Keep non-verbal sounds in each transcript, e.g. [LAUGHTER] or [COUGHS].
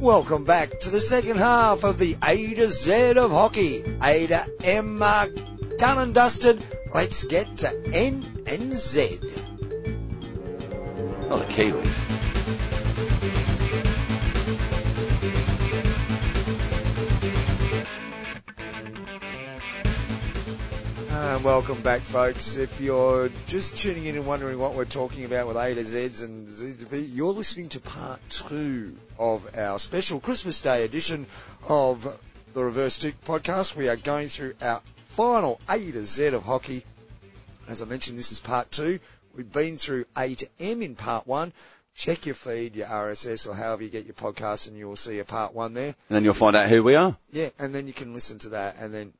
Welcome back to the second half of the A to Z of hockey. A to M mark done and dusted. Let's get to N and Z. Not a Kiwi. And Uh, welcome back, folks. If you're just tuning in and wondering what we're talking about with A to Z's and Z to B, you're listening to part two of our special Christmas Day edition of the Reverse Stick podcast. We are going through our final A to Z of hockey. As I mentioned, this is part two. We've been through A to M in part one. Check your feed, your RSS, or however you get your podcast, and you will see a part one there. And then you'll find out who we are. Yeah, and then you can listen to that, and then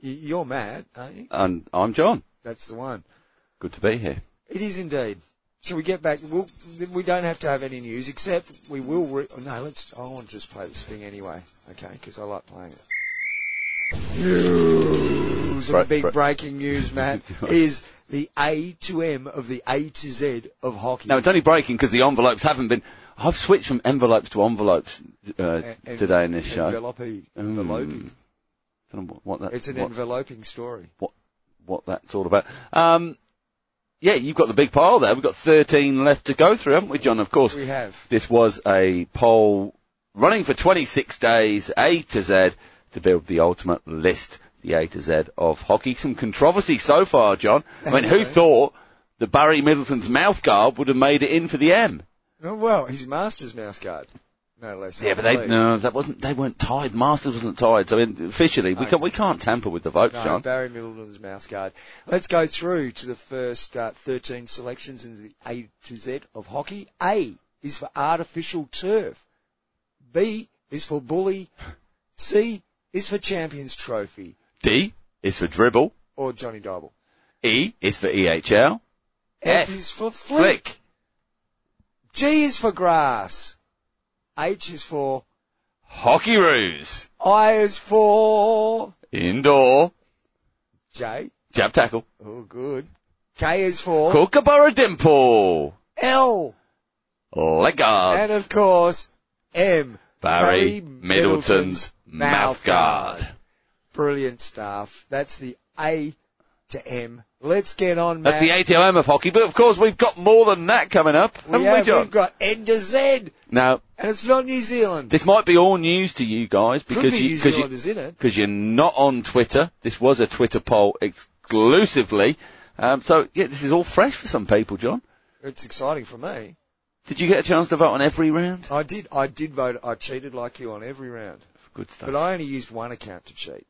y- you're mad, aren't you? And I'm John. That's the one. Good to be here. It is indeed. Shall we get back? We'll, we don't have to have any news, except we will. Re- oh, no, let's. I want to just play this thing anyway, okay? Because I like playing it. News. Bre- and big bre- breaking news, [LAUGHS] Matt, is the A to M of the A to Z of hockey. No, it's only breaking because the envelopes haven't been. I've switched from envelopes to envelopes uh, En- today in this show. Hmm. enveloping, enveloping. don't know what, what that, It's an what, enveloping story. what that's all about. Um, yeah, you've got the big pile there. We've got 13 left to go through, haven't we, John? Of course, We have. this was a poll running for 26 days, A to Z, to build the ultimate list, the A to Z of hockey. Some controversy so far, John. I mean, [LAUGHS] who thought that Barry Middleton's mouth guard would have made it in for the M? Oh, well, his master's mouth guard, no less. Yeah, I but they believe. no, that wasn't. They weren't tied. Masters wasn't tied. So in, officially, we can we can't tamper with the vote, No, John. Barry Middleton's mouse guard. Let's go through to the first uh, 13 selections in the A to Z of hockey. A is for artificial turf. B is for bully. C is for champions trophy D is for dribble. or Johnny Doble. E is for EHL. F, F. is for flick. G is for grass. H is for. Hockey ruse. I is for. Indoor. J. Jab tackle. Oh, good. K is for. Kookaburra dimple. L. Leg And guards. of course, M. Barry Middleton's mouth guard. Brilliant stuff. That's the A to M. Let's get on, That's the Matt. ATOM of hockey, but of course we've got more than that coming up, haven't we we, have, John? we've got N to Z, and Now, it's not New Zealand. this might be all news to you guys Could because be you, New because you, Zealand is in it. because you're not on Twitter. This was a Twitter poll exclusively. Um, so yeah, this is all fresh for some people, John. It's exciting for me. Did you get a chance to vote on every round? I did, I did vote. I cheated like you on every round, Good but stuff. I only used one account to cheat.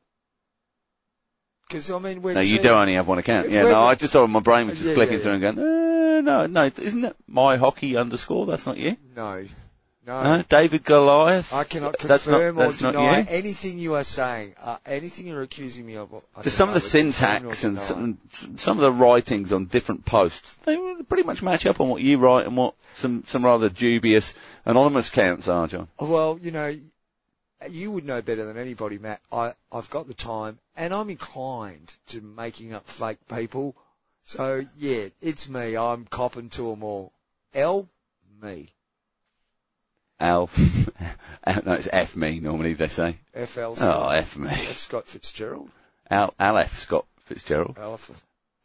Because I mean, we're No, you cheating. do only have one account. If Yeah, we're- no, I just saw my brain was just Yeah, clicking yeah, through and going, uh, no, no, isn't it my hockey underscore? That's not you. No, no. No, David Goliath. I cannot That's not- confirm that's or not deny you. anything you are saying. Uh, anything you're accusing me of. I Just some of the cannot either confirm syntax nor and deny. some, some of the writings on different posts, they pretty much match up on what you write and what some, some rather dubious anonymous counts are, John. Well, you know, you would know better than anybody, Matt. I, I've got the time and I'm inclined to making up fake people. So yeah, it's me. I'm copping to 'em all. L, me. Al. [LAUGHS] no, it's F me normally, they say. FL. Oh, Scott. F me. That's Scott Fitzgerald. Al, Al F Scott Fitzgerald. Alpha.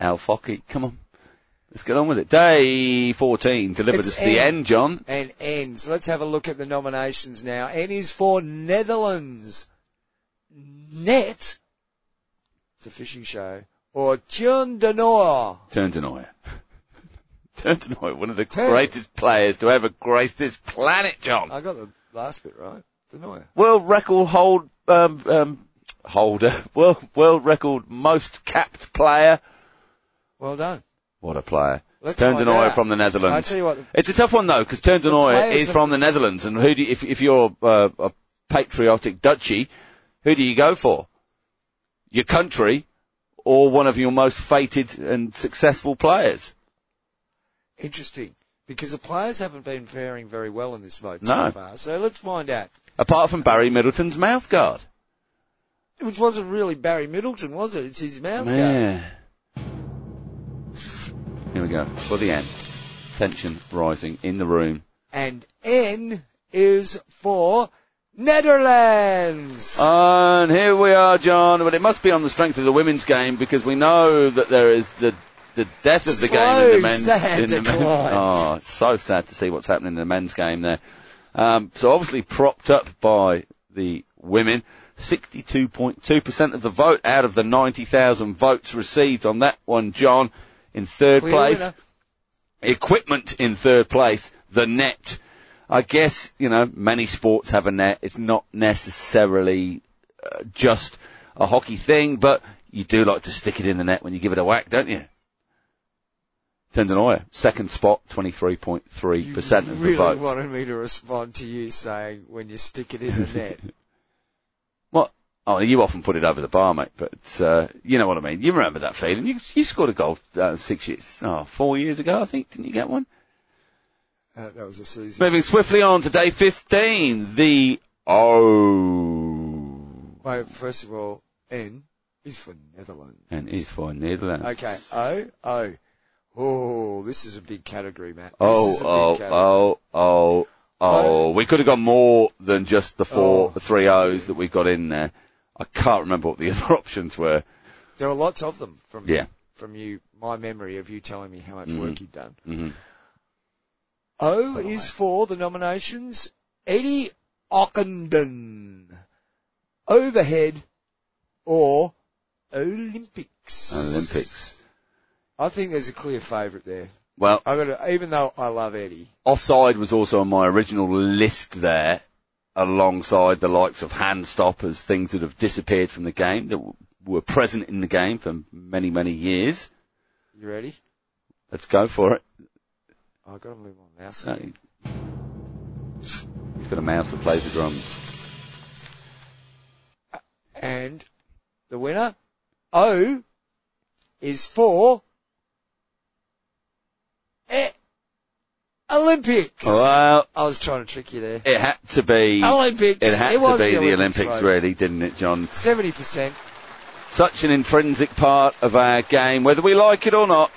Al Fockey. Come on. Let's get on with it. Day 14 delivered It's us the N. end, John. And N. So let's have a look at the nominations now. N is for Netherlands. Net. It's a fishing show. Or Tune de Noor. Turn to Neuer. [LAUGHS] Turn to Neuer, one of the Turn. greatest players to ever grace this planet, John. I got the last bit right. De Noor. World record hold, um, um, holder. [LAUGHS] World, world record most capped player. Well done. What a player. Let's Turn to find Neuer out. from the Netherlands. I tell you what, the- It's a tough one though, because Turn The Denoy players is are- from the Netherlands, and who do if if you're uh, a patriotic duchy, who do you go for? Your country, or one of your most fated and successful players? interesting because the players haven't been faring very well in this vote No. so far. So let's find out. Apart from Barry Middleton's mouthguard. Which wasn't really Barry Middleton, was it? It's his mouth guard. Yeah. Here we go for the end. tension rising in the room. And N is for Netherlands. And here we are, John. But it must be on the strength of the women's game because we know that there is the the death of the game in Slow, the men's. sad in the men- decline. oh, it's so sad to see what's happening in the men's game there. Um, so obviously propped up by the women. 62.2% of the vote out of the 90,000 votes received on that one, John. In third Clear place. winner. Equipment in third place. The net. I guess, you know, many sports have a net. It's not necessarily uh, just a hockey thing, but you do like to stick it in the net when you give it a whack, don't you? Tendanoia, second spot, 23.3% of you the really vote. wanted me to respond to you saying when you stick it in the [LAUGHS] net. What? Oh, you often put it over the bar, mate, but uh, you know what I mean. You remember that feeling. You, you scored a goal uh, six years, oh, four years ago, I think. Didn't you get one? Uh, that was a Susie. Moving swiftly on to day 15, the O. Wait, first of all, N is for Netherlands. And is for Netherlands. Okay, O, O. Oh, this is a big category, Matt. This Oh, is a big oh, category. oh, oh, oh. We could have gone more than just the Oh. four, the three O's that we got in there. I can't remember what the [LAUGHS] other options were. There are lots of them from Yeah. from you, my memory of you telling me how much work you've done. hmm O is for the nominations. Eddie Ockenden. Overhead or Olympics. Olympics. I think there's a clear favourite there. Well, I got to, even though I love Eddie. offside was also on my original list there, alongside the likes of hand stoppers, things that have disappeared from the game that w- were present in the game for many, many years. You ready? Oh, Let's go for it. I got to move my mouse. So, he's got a mouse that plays the drums. And the winner, O, is for e- Olympics. Well, I was trying to trick you there. it had to be. Olympics. It had to Oh, was be the Olympics, Olympics, really, didn't it, John? Seventy percent. Such an intrinsic part of our game, whether we like it or not,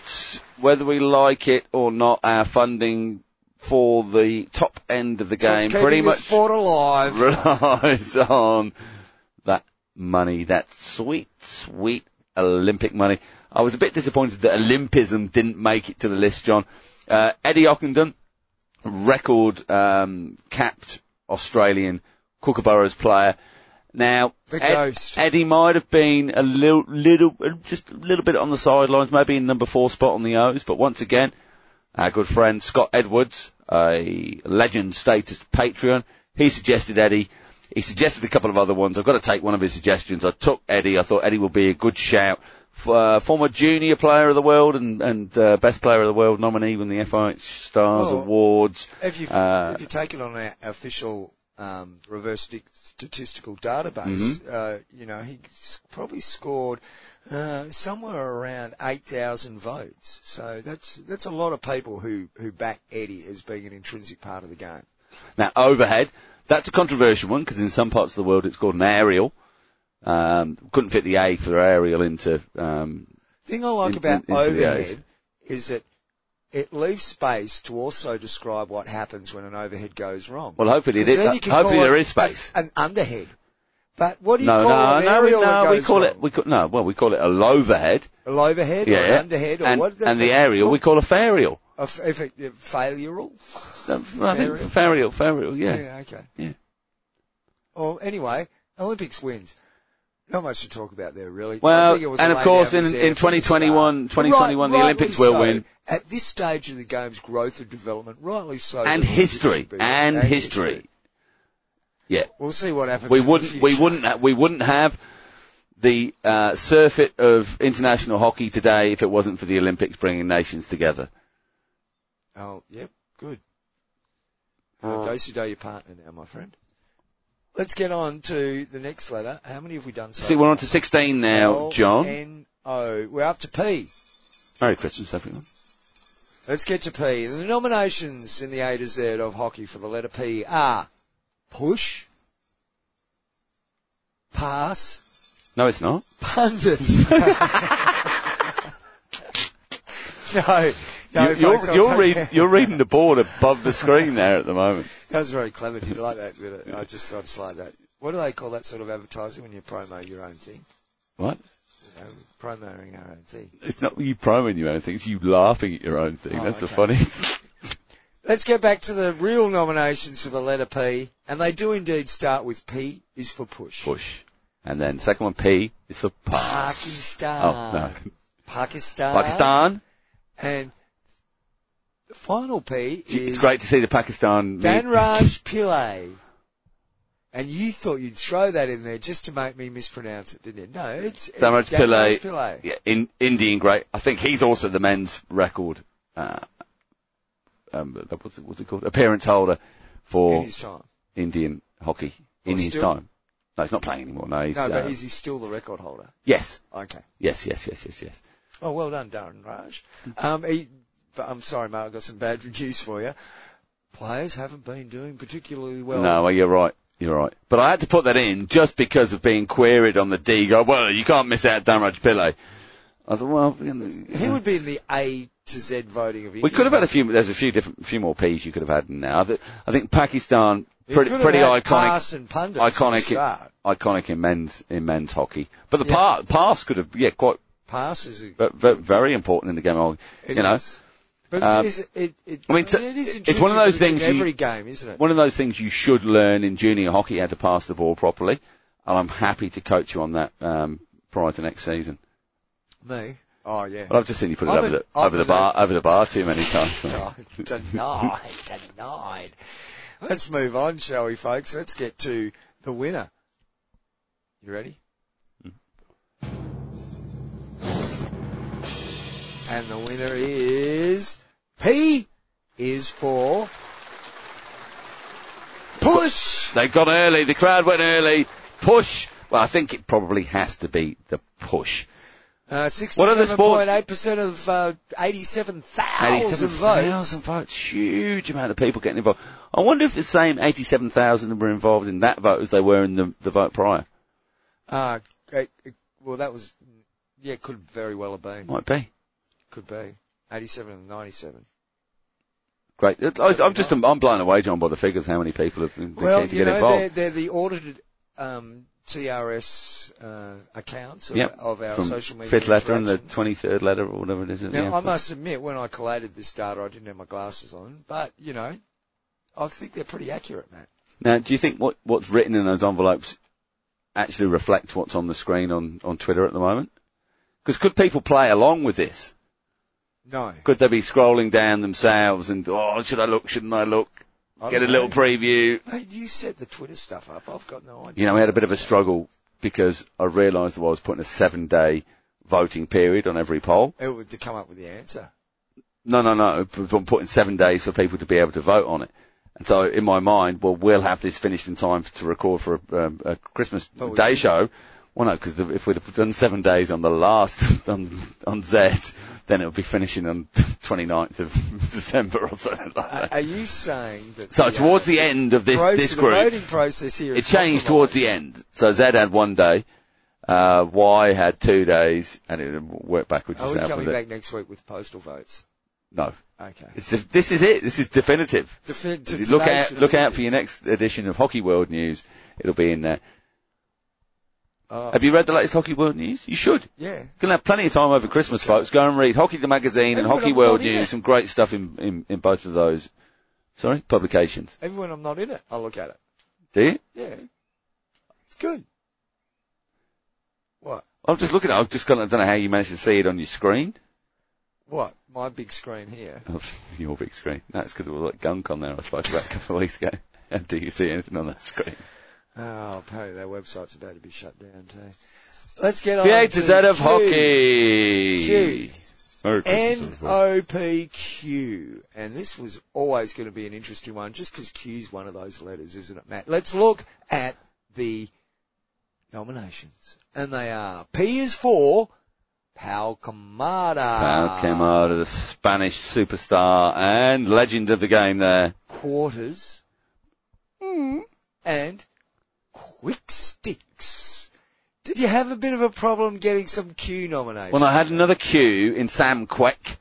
whether we like it or not, our funding for the top end of the game pretty the much sport alive. [LAUGHS] relies on that money, that sweet, sweet Olympic money. I was a bit disappointed that Olympism didn't make it to the list, John. Uh, Eddie Ockenden, record um, capped Australian Kookaburras player. Now, The Ed- ghost. Eddie might have been a little, little, just a little bit on the sidelines, maybe in number four spot on the O's, but once again, our good friend Scott Edwards, a legend status Patreon, he suggested Eddie. He suggested a couple of other ones. I've got to take one of his suggestions. I took Eddie. I thought Eddie would be a good shout. F- uh, former junior player of the world and, and uh, best player of the world nominee when the FIH Stars Oh. Awards. If you Uh, if you take it on our official um, reverse sti- statistical database, Mm-hmm. uh, you know he s- probably scored uh, somewhere around eight thousand votes. So that's that's a lot of people who who back Eddie as being an intrinsic part of the game. Now, overhead, that's a controversial one because in some parts of the world it's called an aerial. Um, couldn't fit the A for aerial into um, thing I like In- about in- into the O's. overhead is that it leaves space to also describe what happens when an overhead goes wrong. well. Hopefully, it Because is. then you can Hopefully, call there it is space. An underhead. But what do you No, call no, an no, we, aerial no. that We goes call wrong? it. We call, no, well, we call it a loverhead. a loverhead Yeah, or yeah. an underhead or and, what? and the aerial we call a ferial. a, f- if it- a failural. No, I think Ferial. ferial, ferial. Yeah. Yeah, okay. Yeah. Well, anyway, Olympics wins. Not much to talk about there, really. I Well, think it was a and of laid course, out in- there in from the 2021, start. Right- 2021, the rightly Olympics will so. win. At this stage of the game's growth and development, rightly so. And the Olympics history. should be- And history. Yeah. We'll see what happens. we in the wouldn't we future. wouldn't ha- we wouldn't have the uh, surfeit of international hockey today if it wasn't for the Olympics bringing nations together. Oh, yep, good. Uh, go sedate your partner now, my friend. Let's get on to the next letter. How many have we done so See, we're on to 16 now, L, John. N, O. We're up to P. Merry Christmas, everyone. Let's get to P. The nominations in the A to Z of hockey for the letter P are push, pass, No, it's [LAUGHS] not. pundits. [LAUGHS] no, No, you, you're, folks, I'll you're, take- read, you're reading the board above the screen there at [LAUGHS] the moment. That was very clever. Did you like that? Did it? I just I'd slide that. What do they call that sort of advertising when you promo your own thing? What? You know, promoting our own thing. It's not you promoting your own thing, it's you laughing at your own thing. Oh, That's the okay. funny. [LAUGHS] Let's get back to the real nominations for the letter P, and they do indeed start with P is for push. Push. And then second one, P is for pass. Pakistan. Oh, no. Pakistan. Pakistan. And the final P It's is great to see the Pakistan. Danraj Pillay. And you thought you'd throw that in there just to make me mispronounce it, didn't you? No, it's, it's Danraj Pillay. Pillay. yeah, in, Indian great. I think he's also the men's record. Uh, um, what's it, what's it called? Appearance holder for In his time. Indian hockey in Well, his Oh, still- time. No, he's not playing anymore. No, he's, No, uh, but is he still the record holder? yes, Okay. yes, yes, yes, yes, yes. Oh, well done, Darren Raj. Um, he, but I'm sorry, mate, I've got some bad news for you. Players haven't been doing particularly well. no, well, you're right. You're right. But I had to put that in just because of being queried on the D. Go, well, you can't miss out Damraj Pillay. I thought, well, you know, He would be in the A to Z voting of India. we could have had a few. There's a few different, few more P's you could have had in there. I, th- I think Pakistan, He pretty, could pretty have had iconic. Pass and pundits iconic- at the start. iconic in men's in men's hockey. But the Yeah. pa- pass could have, yeah, quite Pass is a, ve- ve- very important in the game. of hockey. it you know, is. But um, is it, it, it, I mean, so- it is it's one of those intrinsic, it's in things you- every game, isn't it? one of those things you should learn in junior hockey how to pass the ball properly. And I'm happy to coach you on that um, prior to next season. Me. Oh, yeah. But I've just seen you put it I'm over an- the I'm over the an- bar over the bar too many [LAUGHS] times. mate. Oh, [LAUGHS] denied, denied. Let's move on, shall we, folks? Let's get to the winner. You ready? And the winner is P is for push. They've gone early. The crowd went early. Push. Well, I think it probably has to be the push. Uh, What are the sports- 67.8% of uh, 87,000 votes. 87,000 votes. Huge amount of people getting involved. I wonder if the same 87,000 were involved in that vote as they were in the, the vote prior. Uh, it- it- well, that was, yeah, could very well have been. Might be. Could be. 87 and 97. Great. I, I'm just, I'm blown away, John, by the figures, how many people have been been Well, keen to you get know, they're, involved. they're the audited um, TRS uh, accounts of, Yep. of our From social media. fifth letter and the interactions. 23rd letter or whatever it is. Now, yeah. I must admit, when I collated this data, I didn't have my glasses on, but, you know, I think they're pretty accurate, Matt. Now, do you think what, what's written in those envelopes actually reflect what's on the screen on, on Twitter at the moment? Because could people play along with this? No. Could they be scrolling down themselves and, oh, should I look? Shouldn't I look? I Get a don't little know. preview. Mate, you set the Twitter stuff up. I've got no idea. you know, we had a bit of a struggle because I realised that I was putting a seven day voting period on every poll. It would to come up with the answer. No, no, no. I'm putting seven days for people to be able to vote on it. And so in my mind, well, we'll have this finished in time to record for a, um, a Christmas But we day didn't. show. Well, no, because if we'd have done seven days on the last, [LAUGHS] on, on Z, then it would be finishing on [LAUGHS] 29th of [LAUGHS] December or something like Are- that. Are you saying that? uh, So towards the end of this, process, this the group, voting process here it is changed towards the end. So Z had one day, uh, Y had two days, and it worked backwards. compromised. Are we out coming with it. back next week with postal votes? No, Okay. it's de- this is it. This is definitive. Defin- to look today's out, look out definitive. for your next edition of Hockey World News. It'll be in there. Oh, Have you read the latest Hockey World News? You should. yeah. You're gonna have plenty of time over Christmas, folks. Go and read Hockey the Magazine and Everyone Hockey I'm World not in it. News. Some great stuff in, in, in both of those. Sorry, publications. Even when I'm not in it, I look at it. Do you? Yeah. It's good. What? I'm just looking at. I've just got. I don't know how you managed to see it on your screen. [LAUGHS] What? My big screen here. of your big screen. That's because all that gunk on there I spoke about a couple of weeks ago. [LAUGHS] And do you see anything on that screen? Oh, apparently their website's about to be shut down too. Let's get on The A to Z of Q. hockey. Q. Merry Christmas, everybody. N-O-P-Q. And this was always going to be an interesting one just because Q's one of those letters, isn't it, Matt? Let's look at the nominations. And they are P is for Palcomada. Now came out of the Spanish superstar and legend of the game there. quarters Hmm. and quick sticks. Did you have a bit of a problem getting some Q nominations? Well, I had another Q in Sam Queck,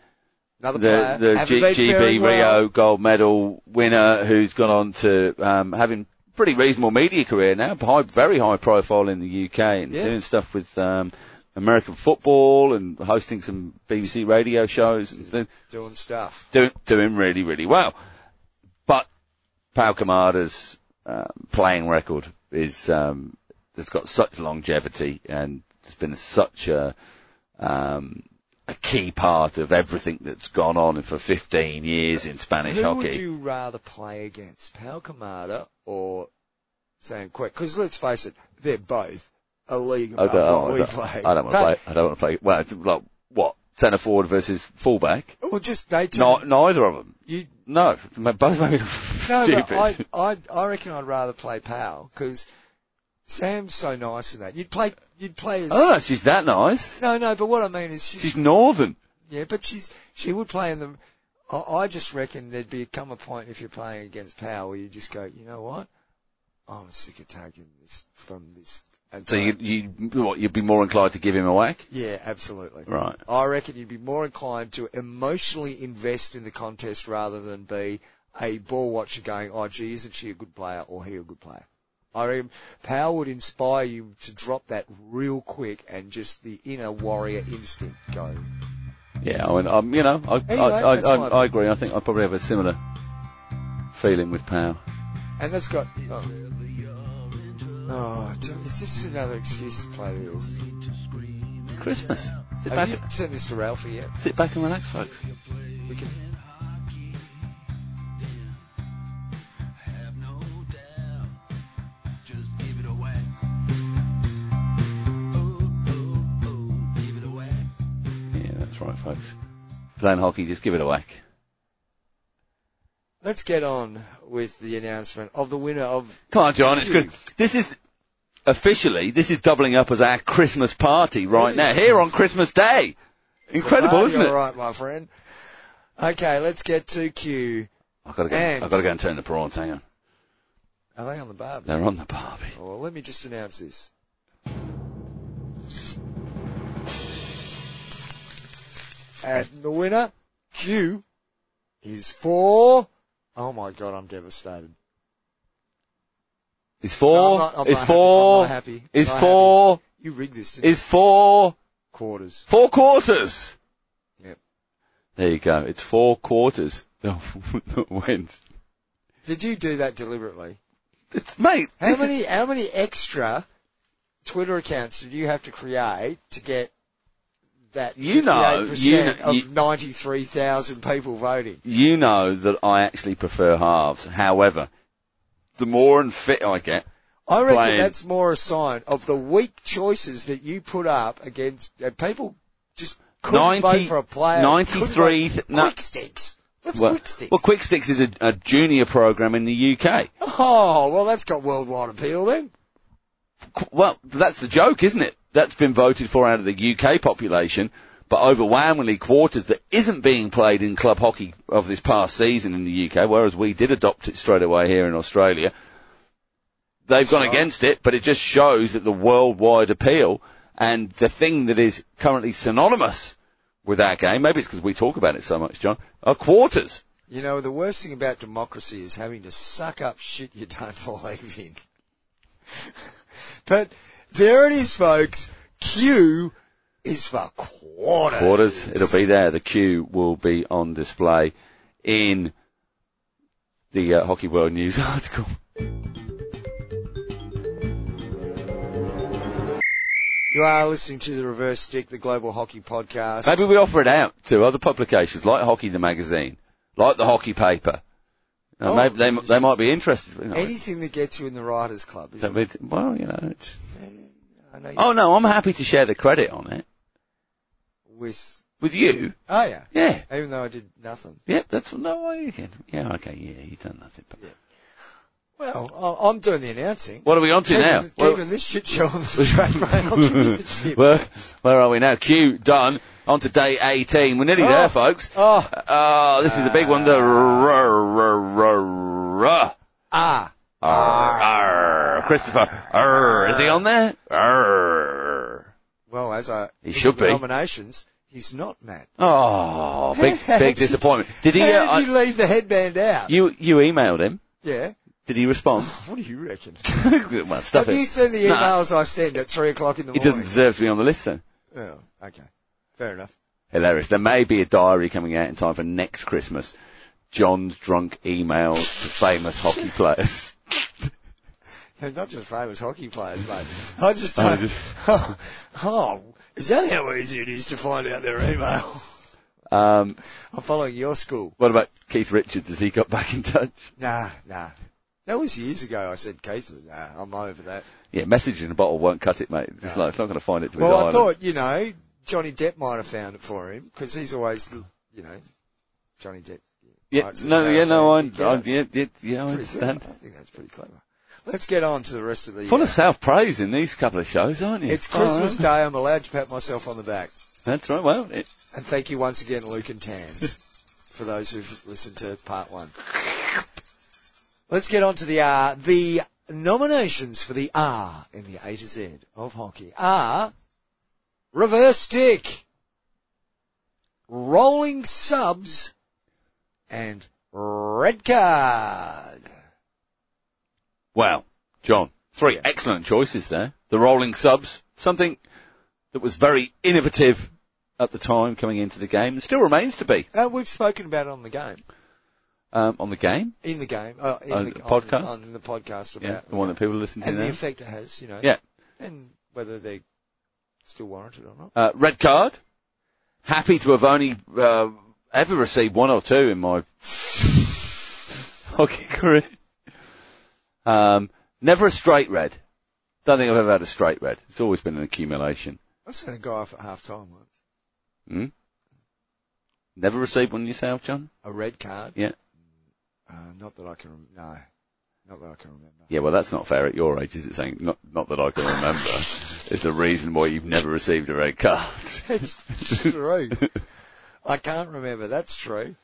Another player. the, the Have G- played fair GB and well. Rio gold medal winner who's gone on to um, having pretty reasonable media career now, high, very high profile in the UK and Yeah. doing stuff with um, American football and hosting some BBC radio shows and doing, Doing stuff. doing, doing really, really well. But Pau Kamada's um, playing record is um, has got such longevity and has been such a um, a key part of everything that's gone on for 15 years in Spanish Who hockey. would you rather play against, Pau Kamada or Sam Quick? Because let's face it, they're both a league I above don't, I what don't, we I play. don't, want to play. I don't want to play. Well, it's like what centre forward versus fullback. Well, just they two. Ni- neither of them. you, No, both made me no, stupid. but I, I, I reckon I'd rather play Powell because Sam's so nice in that. You'd play, you'd play as. [LAUGHS] oh, she's that nice. No, no, but what I mean is she's She's northern. Yeah, but she's she would play in the. I, I just reckon there'd be come a point if you're playing against Power where you just go, you know what, I'm sick of taking this from this. And So you, you, what, you'd be more inclined to give him a whack? yeah, absolutely. Right. I reckon you'd be more inclined to emotionally invest in the contest rather than be a ball watcher going, oh gee, isn't she a good player or he a good player? I reckon Power would inspire you to drop that real quick and just the inner warrior instinct go. Yeah, I mean, um, you know, I, Anyway, I, I, that's I, fine. I agree. I think I probably have a similar feeling with Power. And that's got. Oh, oh do- is this another excuse to play the Eels? It's Christmas. Sit Have back, you sent this to Ralphie yet? sit back and relax, folks. We can. Have no doubt. Just give it away. Oh, oh, oh, give it away. Yeah, that's right, folks. Playing hockey, just give it a whack. Let's get on with the announcement of the winner of. Come on, John. It's good. This is officially this is doubling up as our Christmas party right It now is. here [LAUGHS] on Christmas Day. Incredible, isn't it? All right, my friend. Okay, let's get to Q. I've got to go. And- I've got to go and turn the prawns. Hang on, Are they on the barbie? they're on the barbie. Well, let me just announce this. And the winner, Q, is for. Oh my god, I'm devastated. It's No, I'm four. not- I'm it's not four. Happy. I'm not happy. It's Not four. happy. You rigged this, didn't you? It's four. Quarters. Four quarters. Yep. There you go. It's four quarters. [LAUGHS] that wins. Did you do that deliberately? It's mate. How this is- many how many extra Twitter accounts did you have to create to get that You know, 58% you know- of you- 93,000 people voting? you know that I actually prefer halves. However, the more unfit I get, I reckon playing. that's more a sign of the weak choices that you put up against and people just couldn't 90 vote for a player. couldn't 93 vote- no. quick sticks. That's well, quick sticks. well, Quick Sticks is a, a junior program in the UK. oh well, that's got worldwide appeal then. Qu- Well, that's the joke, isn't it? That's been voted for out of the UK population, but overwhelmingly quarters that isn't being played in club hockey of this past season in the UK, whereas we did adopt it straight away here in Australia. They've gone Sure. against it, but it just shows that the worldwide appeal and the thing that is currently synonymous with our game, maybe it's because we talk about it so much, John, are quarters. You know, the worst thing about democracy is having to suck up shit you don't [LAUGHS] believe in. but there it is, folks. Q is for quarters. quarters. It'll be there. The queue will be on display in the uh, Hockey World News [LAUGHS] article. You are listening to the Reverse Stick, the Global Hockey Podcast. Maybe we offer it out to other publications like Hockey the Magazine, like the Hockey Paper. Uh, Oh, maybe they, they might be interested. You know, Anything that gets you in the writers' club. it's a Isn't it? bit- well, you know. It's, I know you- oh no, I'm happy to share the credit on it With with you. oh yeah, Yeah. even though I did nothing. Yep, that's no way. Yeah, okay, yeah, you've done nothing. But Well, I- I'm doing the announcing. what are we on to Keeping, now? Well- keeping this shit show on [LAUGHS] the [LAUGHS] track, mate. I'll give you the tip. where, where are we now? Q done. On to day 18. We're nearly Oh. there, folks. Oh, Oh, this is a big one. The r- r- r- ah, r- r- r- Christopher. r- Is he on there? R- Well, as I He should the be. nominations, He's not, Matt. Oh, [LAUGHS] big, How big did- disappointment. Did he, How uh, did you leave the headband out? I- you, you emailed him. yeah. Did he respond? What do you reckon? [LAUGHS] well, stuff Have it. you seen the No. emails I send at three o'clock in the He doesn't morning? deserve to be on the list then. Oh, okay. Fair enough. Hilarious. There may be a diary coming out in time for next Christmas. John's drunk email to famous hockey players. [LAUGHS] They're not just famous hockey players, mate. I just I don't. [LAUGHS] Oh, is that how easy it is to find out their email? [LAUGHS] Um, I'm following your school. what about Keith Richards? Has he got back in touch? Nah, nah. That was years ago. I said, Keith, nah, I'm over that. Yeah, message in a bottle won't cut it, mate. It's, No. like, it's not going to find it to his Well, I island. thought, you know, Johnny Depp might have found it for him because he's always, you know, Johnny Depp. yeah, Right, so no, now yeah, no, I, they get I, it. yeah, yeah, yeah, I Pretty clever. understand. I think that's pretty clever. Let's get on to the rest of the. Full uh, of self praise in these couple of shows, aren't you? it's Christmas Oh, Day. I'm allowed to pat myself on the back. That's right. Well, it, And thank you once again, Luke and Tans, [LAUGHS] for those who've listened to part one. Let's get on to the R. The nominations for the R in the A to Z of hockey are reverse stick, rolling subs, and red card. Wow, John, three excellent choices there. The rolling subs, something that was very innovative at the time coming into the game, and still remains to be Uh, we've spoken about it on the game, um, on the game. in the game, uh, in On the, Oh, the podcast? on, on the podcast about Yeah, the one that people listen to and the now. effect it has, you know. Yeah. And whether they're still warranted or not. Uh, red card. Happy to have only uh, ever received one or two in my [LAUGHS] hockey career. Um, never a straight red. Don't think I've ever had a straight red. It's always been an accumulation. I seen a guy off at half time once. Hmm? Never received one yourself, John? A red card? Yeah. Uh, not that I can rem- no. Not that I can remember. [LAUGHS] Yeah, well, that's not fair at your age, is it? Saying not, not that I can remember [LAUGHS] is the reason why you've never received a red card. [LAUGHS] It's true. I can't remember. That's true.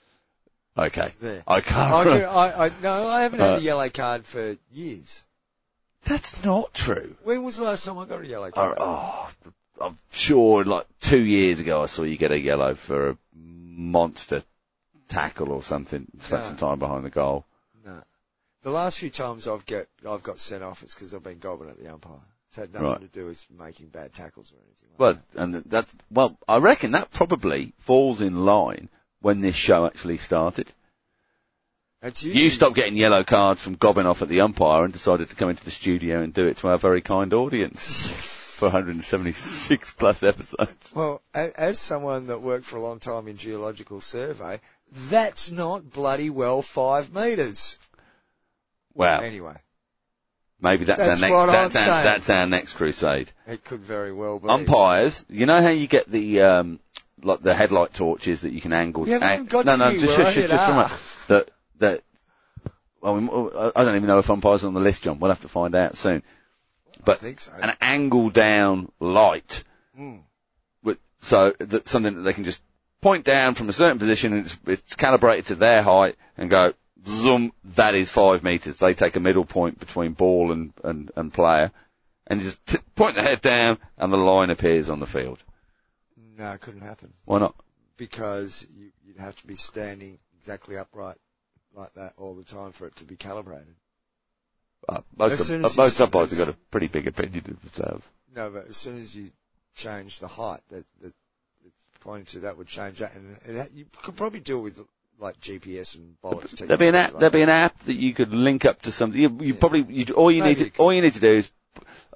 okay, [LAUGHS] There. I I, can't. can, remember. I, I no, I haven't had Uh, a yellow card for years. That's not true. When was the last time I got a yellow I, card? oh, I'm sure. Like two years ago, I saw you get a yellow for a monster tackle or something. Spent Yeah. some time behind the goal. No. The last few times I've get I've got sent off, it's because I've been gobbing at the umpire. It's had nothing Right. to do with making bad tackles or anything. Like Well, and that's well. I reckon that probably falls in line when this show actually started. that. It's You usually- stopped getting yellow cards from gobbing off at the umpire and decided to come into the studio and do it to our very kind audience for 176 plus episodes. Well, a- as someone that worked for a long time in geological survey, that's not bloody well five metres. Wow. Anyway, Maybe that's, That's our next, what that's, I'm our, saying. that's our next crusade. it could very well be. Umpires, you know how you get the, um, like the headlight torches that you can angle? We haven't even got no, to no, you, just, we're just, right just, just at from R. that, that, well, we- I don't even know if umpires are on the list, John. We'll have to find out soon. I But think so. an angle down light Mm. with so that something that they can just point down from a certain position and it's, it's calibrated to their height and go zoom that is five meters they take a middle point between ball and and, and player and you just t- point the head down and the line appears on the field No, it couldn't happen why not because you, you'd have to be standing exactly upright like that all the time for it to be calibrated. uh, As most soon of, as uh, you most s- umpires have got a pretty big opinion of themselves No, but as soon as you change the height, that that it's pointing to that would change that, and, and that, you could probably deal with like GPS and bollocks. There'd be an app. technology like There'd be an app that you could link up to something. You, you Yeah. probably you, all you Maybe need you to, all you need to do is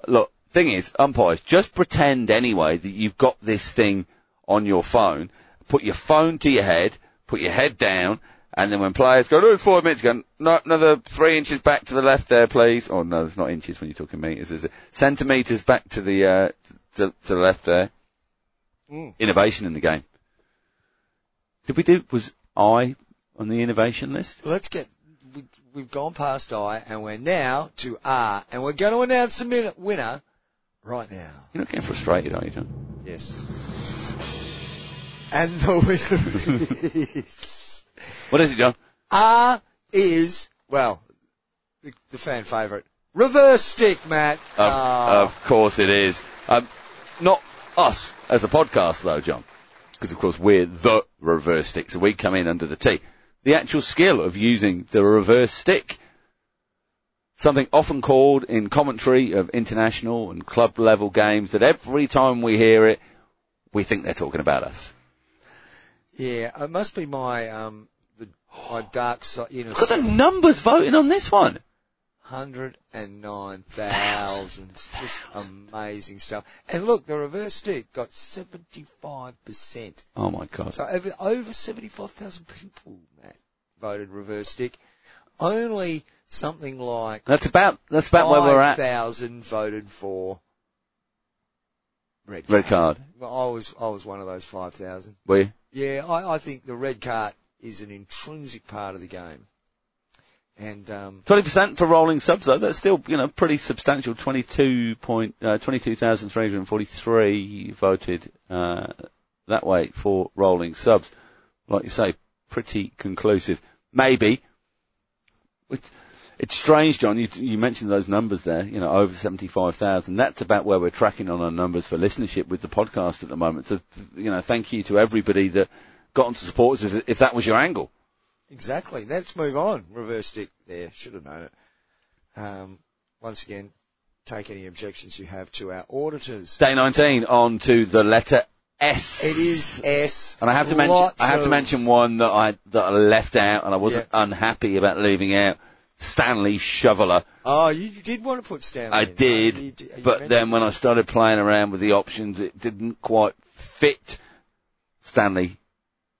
look. Thing is, umpires, just pretend anyway that you've got this thing on your phone. Put your phone to your head. Put your head down. And then when players go, no, five minutes, go, no, another three inches back to the left there, please. Oh no, it's not inches when you're talking meters, is it? Centimeters back to the, uh, to, to the left there. Mm. Innovation in the game. Did we do, was I on the innovation list? Let's get. We, we've gone past I, and we're now to R, and we're going to announce the minute winner right now. You're not getting frustrated, are you, John? Yes. And the winner is What is it, John? R is well, the, the fan favourite. Reverse stick, Matt. Of, Ah. Uh, of course it is. Um, not us as a podcast, though, John. because of course we're the reverse stick, so we come in under the T. The actual skill of using the reverse stick. Something often called in commentary of international and club level games that every time we hear it, we think they're talking about us. Yeah, it must be my um the, my dark side. You know, Look at the numbers voting on this one. hundred and nine thousand. Just amazing stuff. And look, the reverse stick got seventy five percent. Oh my god. So over over seventy five thousand people, Matt, voted reverse stick. Only something like That's about, that's about where we're five at. thousand voted for red. Red card. Well, I was I was one of those five thousand. Were you? Yeah, I, I think the red card is an intrinsic part of the game, and um, 20% for rolling subs though, that's still, you know, pretty substantial. 22 point, uh, 22,343 voted, uh, that way for rolling subs. Like you say, pretty conclusive. Maybe. It- It's strange, John, you, you mentioned those numbers there, you know, over 75,000. That's about where we're tracking on our numbers for listenership with the podcast at the moment. So, you know, thank you to everybody that got on to support us if, if that was your angle. exactly. Let's move on. Reverse stick. There, should have known it. Um, once again, take any objections you have to our auditors. Day 19 on to the letter S. It is S. And I have to mention, Lots I have to of- mention one that I that I left out, and I wasn't unhappy about leaving out. Stanley Shoveler. Oh, you did want to put Stanley. I in. did, You di- you but mentioned- then when I started playing around with the options, it didn't quite fit. Stanley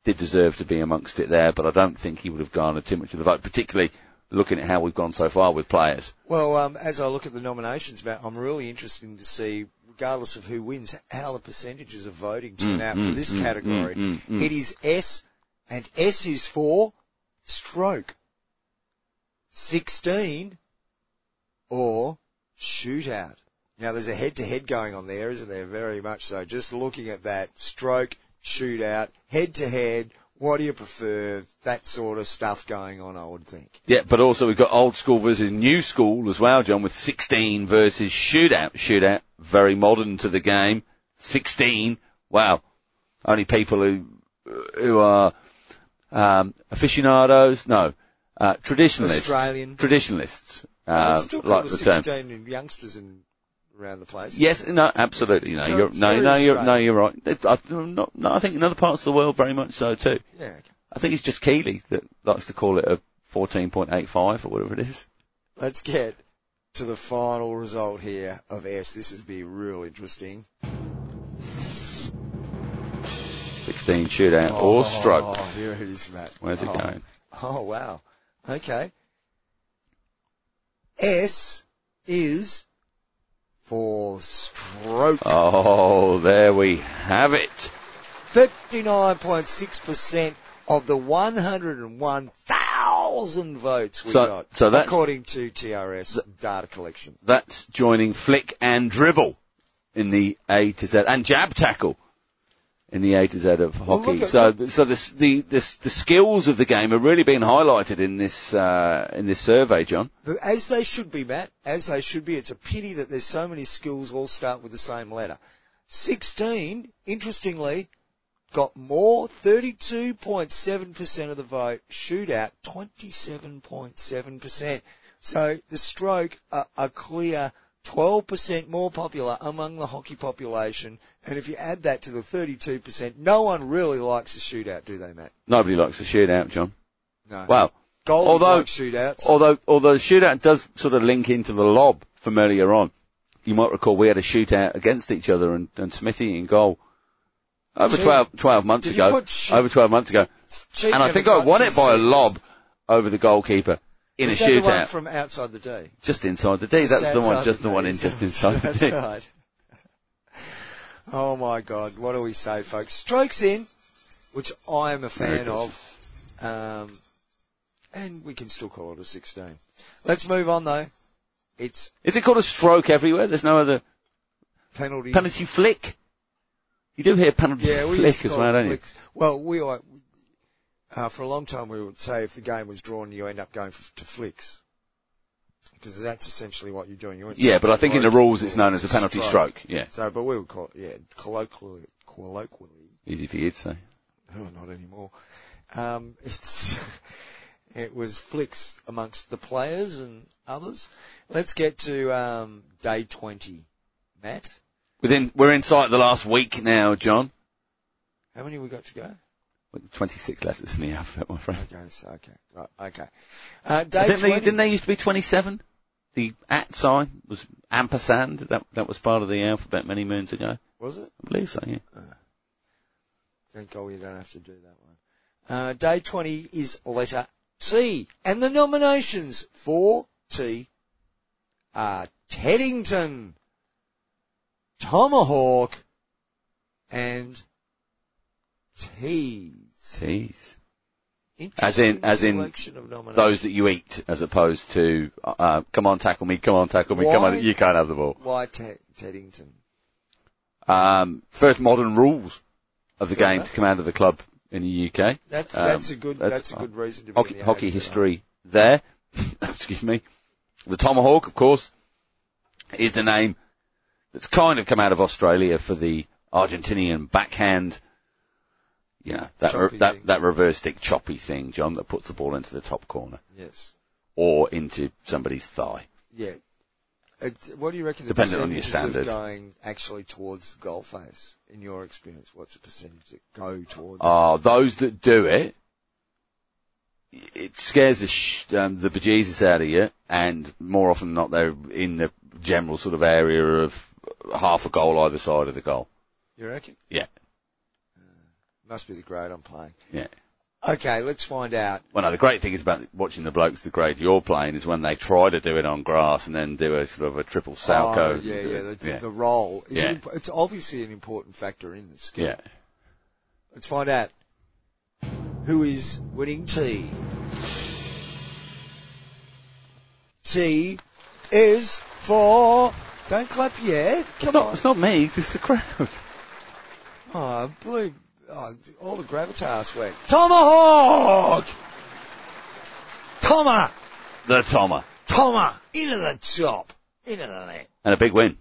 did deserve to be amongst it there, but I don't think he would have garnered too much of the vote, particularly looking at how we've gone so far with players. Well, um, as I look at the nominations, Matt, I'm really interested to see, regardless of who wins, how the percentages of voting Mm, turn out for this category. It is S, and S is for stroke, 16, or shootout. Now, there's a head-to-head going on there, isn't there? Very much so. Just looking at that, stroke, shootout, head-to-head, what do you prefer? That sort of stuff going on, I would think. Yeah, but also we've got old school versus new school as well, John, with 16 versus shootout. Shootout, very modern to the game. 16, wow. Only people who, who are, um, aficionados, no, uh, traditionalists. Australian. Traditionalists, Well, uh, it's still like like the term. 16 and youngsters and around the place. Yes, no, absolutely. No, So you're, it's no, very no, you're, no, Australian. you're right. It- I, I'm not, no, I think in other parts of the world very much so too. Yeah. okay. I think it's just Keeley that likes to call it a 14.85 or whatever it is. Let's get to the final result here of S. This would be real interesting. 16 shootout or stroke. Oh, here it is, Matt. Where's it Oh. going? Oh, wow. Okay. S is for stroke. Oh, there we have it. 39.6% of the 101,000 votes we So- got, so that's- according to TRS data collection. That's joining flick and dribble in the A to Z and jab tackle in the A to Z of hockey. look at- so, th- so this, the, this, the skills of the game are really being highlighted in this, uh, in this survey, John. The- As they should be, Matt. As they should be. It's a pity that there's so many skills all start with the same letter. 16, interestingly, got more, 32.7% of the vote, shootout, 27.7%. So the stroke are a clear 12% more popular among the hockey population. And if you add that to the 32%, no one really likes a shootout, do they, Matt? Nobody likes a shootout, John. No. Wow. Goalies although- like shootouts. Although, although shootout does sort of link into the lob from earlier on. You might recall we had a shootout against each other and, and Smithy in goal over Gee. 12, 12 months Did you ago. put sh- over 12 months ago. Cheating and I of think the I won it bunches by a series. lob over the goalkeeper in Is a that the one shootout, from outside the D. just inside the D. That's the one, just the one in just inside [LAUGHS] the That's D. right. Oh my God! What do we say, folks? Strokes in, which I am a fan good. of, um, and we can still call it a sixteen. Let's move on though. It's Is it called a stroke everywhere? There's no other penalty. penalty flick. You do hear penalty Yeah, we used flick to as call well, it don't you? flicks. Well, we are, uh, for a long time we would say if the game was drawn, you end up going f to flicks because that's essentially what you're doing. You went Yeah, but I think in the strike rules it's known or as a penalty strike. stroke. Yeah. So, but we would call it, yeah, colloquially, colloquially, Easy for you to say. Oh, not anymore. Um, it's [LAUGHS] it was flicks amongst the players and others. Let's get to um, day twenty, Matt. Within, we're inside the last week now, John. How many we got to go? With 26 letters in the alphabet, my friend. Okay, so okay, right, okay. Uh, day Didn't they, 20 didn't they used to be 27? The at sign was ampersand. That, that was part of the alphabet many moons ago. I was it? believe so, yeah. Thank God we don't have to do that one. Uh, day 20 is letter T. And the nominations for T are Teddington, Tomahawk, and Tees. Jeez. As Interesting in- as in selection of nominations. Those that you eat as opposed to, uh, come on, tackle me, come on, tackle me, come Why? on, you can't have the ball. Why Te- Teddington? Um, first modern rules of the Fair game enough. to come out of the club in the UK. That's, Um, that's a good, that's, a fine. good reason to be hockey, in the hockey eight, but, uh, history there. [COUGHS] Excuse me. The tomahawk, of course, is the name that's kind of come out of Australia for the Argentinian backhand. You know, that, Choppy that, thing. that reverse stick choppy thing, John, that puts the ball into the top corner Yes. or into somebody's thigh. Yeah. It, what do you reckon the Dependent on your percentages standard. of going actually towards the goal face in your experience? What's the percentage that go towards? Ah, those that do it, it scares the, sh- um, the bejesus out of you, and more often than not, they're in the general sort of area of half a goal either side of the goal. You reckon? Uh, Yeah, Must be the grade I'm playing. yeah. Okay, let's find out. Well, no, the great thing is about watching the blokes the grade you're playing is when they try to do it on grass and then do a sort of a triple salco. Oh, yeah, yeah. The, the role is Yeah. an imp- it's obviously an important factor in the skill. yeah. Let's find out who is winning T. T is for. Don't clap yet. Come It's on. not, it's not me, it's the crowd. [LAUGHS] Oh, blue. Oh, all the gravitas went. Tomahawk! Toma! The Toma. Toma! Into the top! Into the net! And a big win.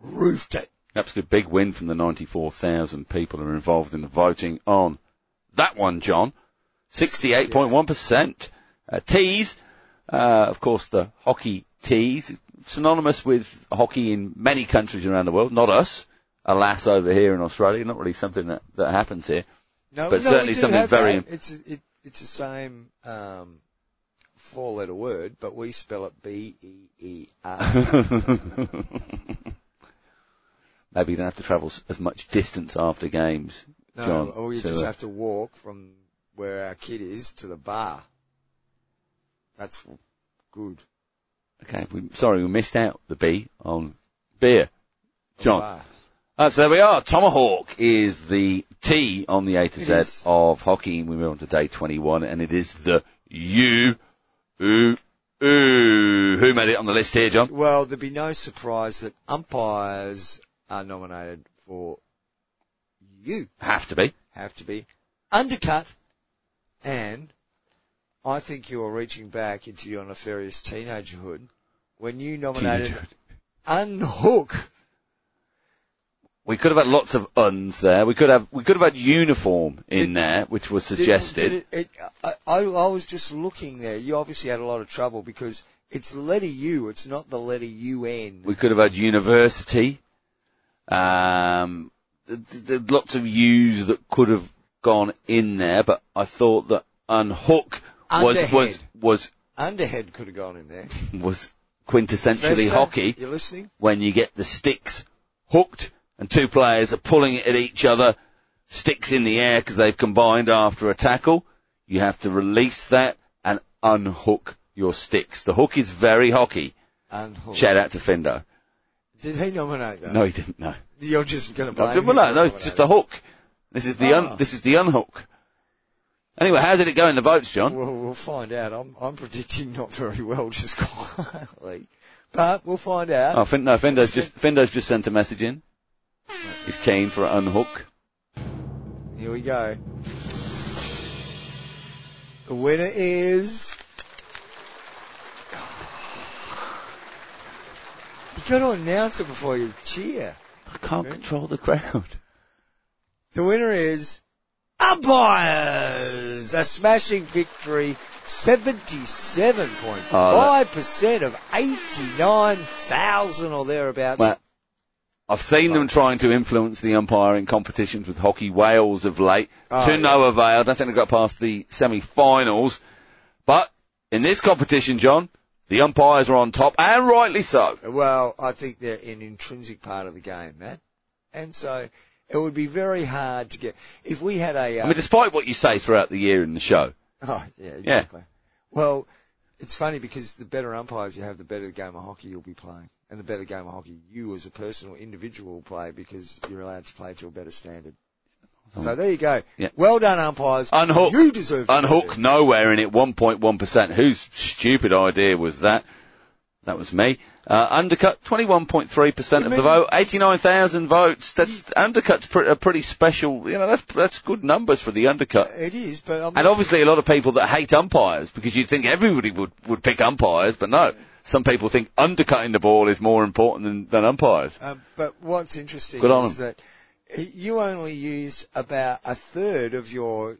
Roofed it! Absolute big win from the 94,000 people who are involved in the voting on that one, John. 68.1%. Uh, tees, uh, of course, the hockey tees, synonymous with hockey in many countries around the world, not us. Alas, over here in Australia, not really something that, that happens here. [LAUGHS] No, But no, certainly we do something have very- that. It's, it, it's the same, um, four letter word, but we spell it E [LAUGHS] B-E-E-R. Maybe you don't have to travel s- as much distance after games, No, John. or you to, just uh, have to walk from where our kid is to the bar. That's good. Okay, we, sorry, we missed out the B on beer, John. Bar. Uh, so there we are. Tomahawk is the T on the A to It Z is. of hockey. We move on to day 21 and it is the U, ooh, ooh. Who made it on the list here, John? Well, there'd be no surprise that umpires are nominated for you Have to be. have to be undercut and I think you are reaching back into your nefarious teenagerhood when you nominated unhook. We could have had lots of uns there. We could have, we could have had uniform in Did- there, which was Did- suggested. did it- it- I, I, I was just looking there. You obviously had a lot of trouble because it's the letter U. It's not the letter UN. We could have had university. Um, th- th- th- lots of U's that could have gone in there, but I thought that unhook was was Underhead. was Underhead could have gone in there. was quintessentially Vesta, hockey You listening? when you get the sticks hooked and two players are pulling it at each other, sticks in the air because they've combined after a tackle. You have to release that and unhook your sticks. The hook is very hockey. Unhook. Shout out to Fendo. Did he nominate that? No, he didn't know. You're just going to No, blame him well, no, for no, nominating it's just a hook. This is the Ah. un, this is the unhook. Anyway, how did it go in the votes, John? Well, we'll find out. I'm, I'm predicting not very well, just [LAUGHS] quietly. But we'll find out. Oh, fin- no, Fendo's just Fendo's just sent a message in. He's keen for an unhook. Oh. Here we go. The winner is. [SIGHS] You got to announce it before you cheer. I can't control the crowd. The winner is umpires. A smashing victory. 77.5% of 89,000 or thereabouts. Well, I've seen them trying to influence the umpire in competitions with Hockey Wales of late, Oh, to yeah. no avail. I don't think they got past the semi-finals. But in this competition, John, the umpires are on top, and rightly so. Well, I think they're an intrinsic part of the game, Matt. And so it would be very hard to get. If we had a. Uh, I mean, despite what you say throughout the year in the show, [LAUGHS] oh, yeah, exactly. Well, it's funny because the better umpires you have, the better the game of hockey you'll be playing. And the better the game of hockey you as a person or individual will play because you're allowed to play to a better standard. So there you go. Yeah. Well done, umpires. Unhook. You deserve to unhook be nowhere in it, 1.1%. Whose stupid idea was that? That was me. Uh, undercut 21.3% of mean- the vote, 89,000 votes. That's undercut's pre- a pretty special. You know, that's that's good numbers for the undercut. there. It is, but I'm And obviously a lot of people that hate umpires because you'd think everybody would, would pick umpires, but no. Some people think undercutting the ball is more important than, than umpires. Um, but what's interesting Good on is that you only used about a third of [LAUGHS] your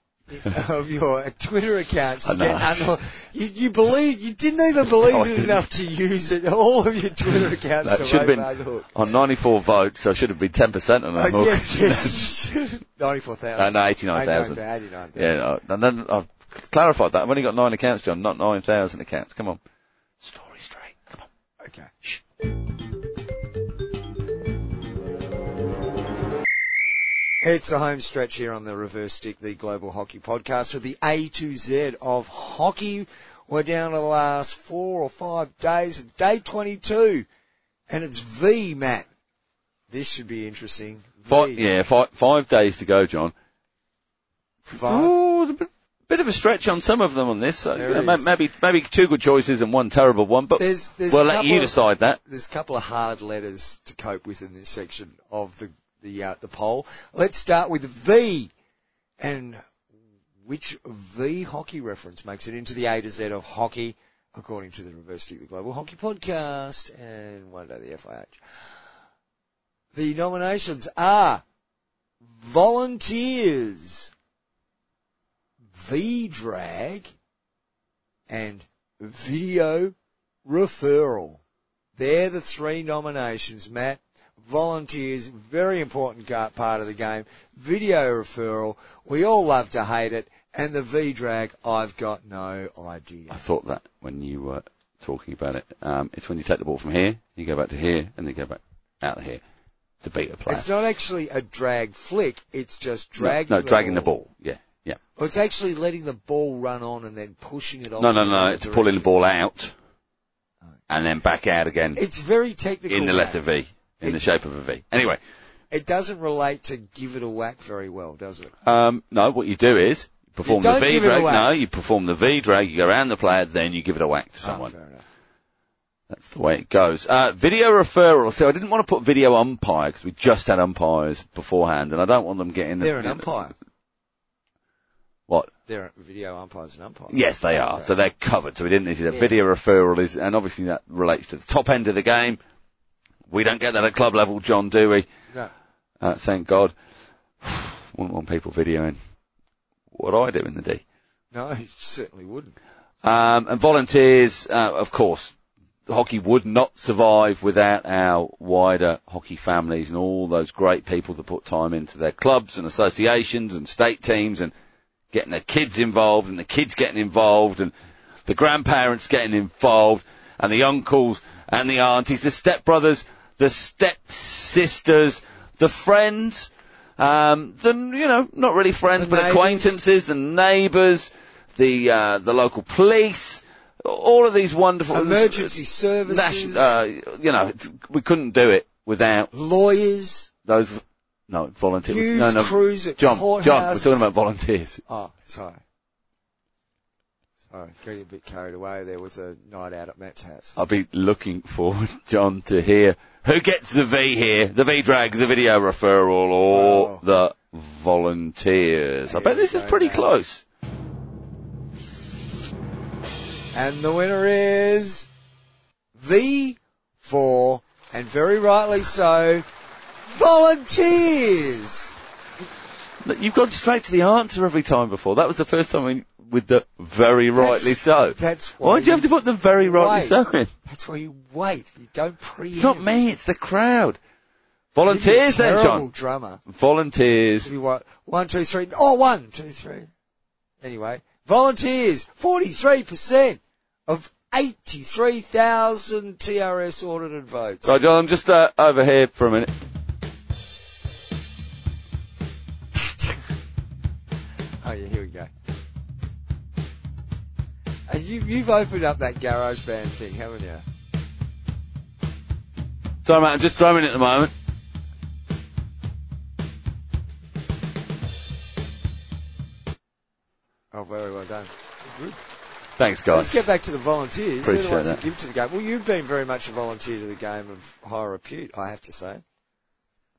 of your Twitter accounts to I know. get unhook. You, you believe you didn't [LAUGHS] even believe No, I it didn't. enough to use it. All of your Twitter [LAUGHS] accounts That to should have been unhook. on 94 votes. I should have been 10% on Uh, unhook. [LAUGHS] yeah, [LAUGHS] yes. [LAUGHS] Ninety-four no, thousand. no, 89,000. Eighty-nine thousand. Yeah, I- and then I've clarified that. I've only got nine accounts, John, not 9,000 accounts. Come on. Story straight. Come on. Okay. It's the home stretch here on the Reverse Stick, the Global Hockey Podcast with the A to Z of hockey. We're down to the last four or five days, day 22, and it's V, Matt. This should be interesting. V. Five, yeah, five, five days to go, John. Five. Oh, it's a bit- bit of a stretch on some of them on this. So, There you know, it ma- is. maybe, maybe two good choices and one terrible one, but There's, there's we'll a let couple you of- decide that. there's a couple of hard letters to cope with in this section of the the uh, the poll. Let's start with V, and which V hockey reference makes it into the A to Z of hockey, according to the University of the Global Hockey Podcast and one day the FIH. The nominations are Volunteers, V Drag, and Video Referral. They're the three nominations, Matt. Volunteers, very important ga- part of the game. Video referral, we all love to hate it. And the V-drag, I've got no I idea. thought that when you were talking about it. Um, it's when you take the ball from here, you go back to here, and then go back out of here to beat the player. It's not actually a drag flick, it's just dragging no, no, the dragging the ball. ball. Yeah, yeah. Well, it's actually letting the ball run on and then pushing it on. No, no, no. It's pulling the ball out and then back out again It's very technical. in the Matt. letter V, in the shape of a V. Anyway, It doesn't relate to give it a whack very well, does it? um, no, what you do is you perform You the don't V give it drag. away. No, you perform the V drag. You go around the player, then you give it a whack to Ah, someone. fair enough. That's the way it goes. Uh, video referral. So I didn't want to put video umpire because we just had umpires beforehand, and I don't want them getting. They're an umpire. What? They're a video umpires and umpires. Yes, they are. So they're covered. So we didn't need to. Yeah. Video referral is, and obviously that relates to the top end of the game. We don't get that at club level, John, do we? No. Uh, thank God. [SIGHS] Wouldn't want people videoing what I do in the D. No, [LAUGHS] you certainly wouldn't. Um, and volunteers, uh, of course, hockey would not survive without our wider hockey families and all those great people that put time into their clubs and associations and state teams and getting their kids involved and the kids getting involved and the grandparents getting involved and the uncles and the aunties, the stepbrothers, the stepsisters, the friends, um, the, you know, not really friends, The but neighbours. acquaintances, the neighbours, the, uh, the local police, all of these wonderful Emergency Nation- services, uh, you know, it's- we couldn't do it without lawyers, those, no, volunteers. News no, no, crews at John, John, we're courthouses. talking about volunteers. Oh, sorry. Sorry, getting a bit carried away there with a night out at Matt's house. I'll be looking forward, John, to hear who gets the V here, the V drag, the video referral, or Wow. the volunteers. I Here bet we this is go pretty now. close. And the winner is V for, and very rightly so, volunteers. Look, You've gone straight to the answer every time before. That was the first time we, with the very rightly so. that's why why do you have to put the very rightly Why? so in? That's why you wait. You don't pre. It's not me, it's the crowd. Volunteers then, terrible John. drummer. Volunteers. We want one, two, three. Oh, one, two, three. Anyway, volunteers. Forty-three percent of eighty-three thousand TRS audited votes. Right, John, I'm just uh, over here for a minute. oh yeah, here we go. And you, you've opened up that garage band thing, haven't you? Sorry, mate, I'm just drumming at the moment. Oh, very well done. Good. Thanks, Let's guys. get back to the volunteers. They're Appreciate the ones that. who give to the game. Well, you've been very much a volunteer to the game of high repute, I have to say.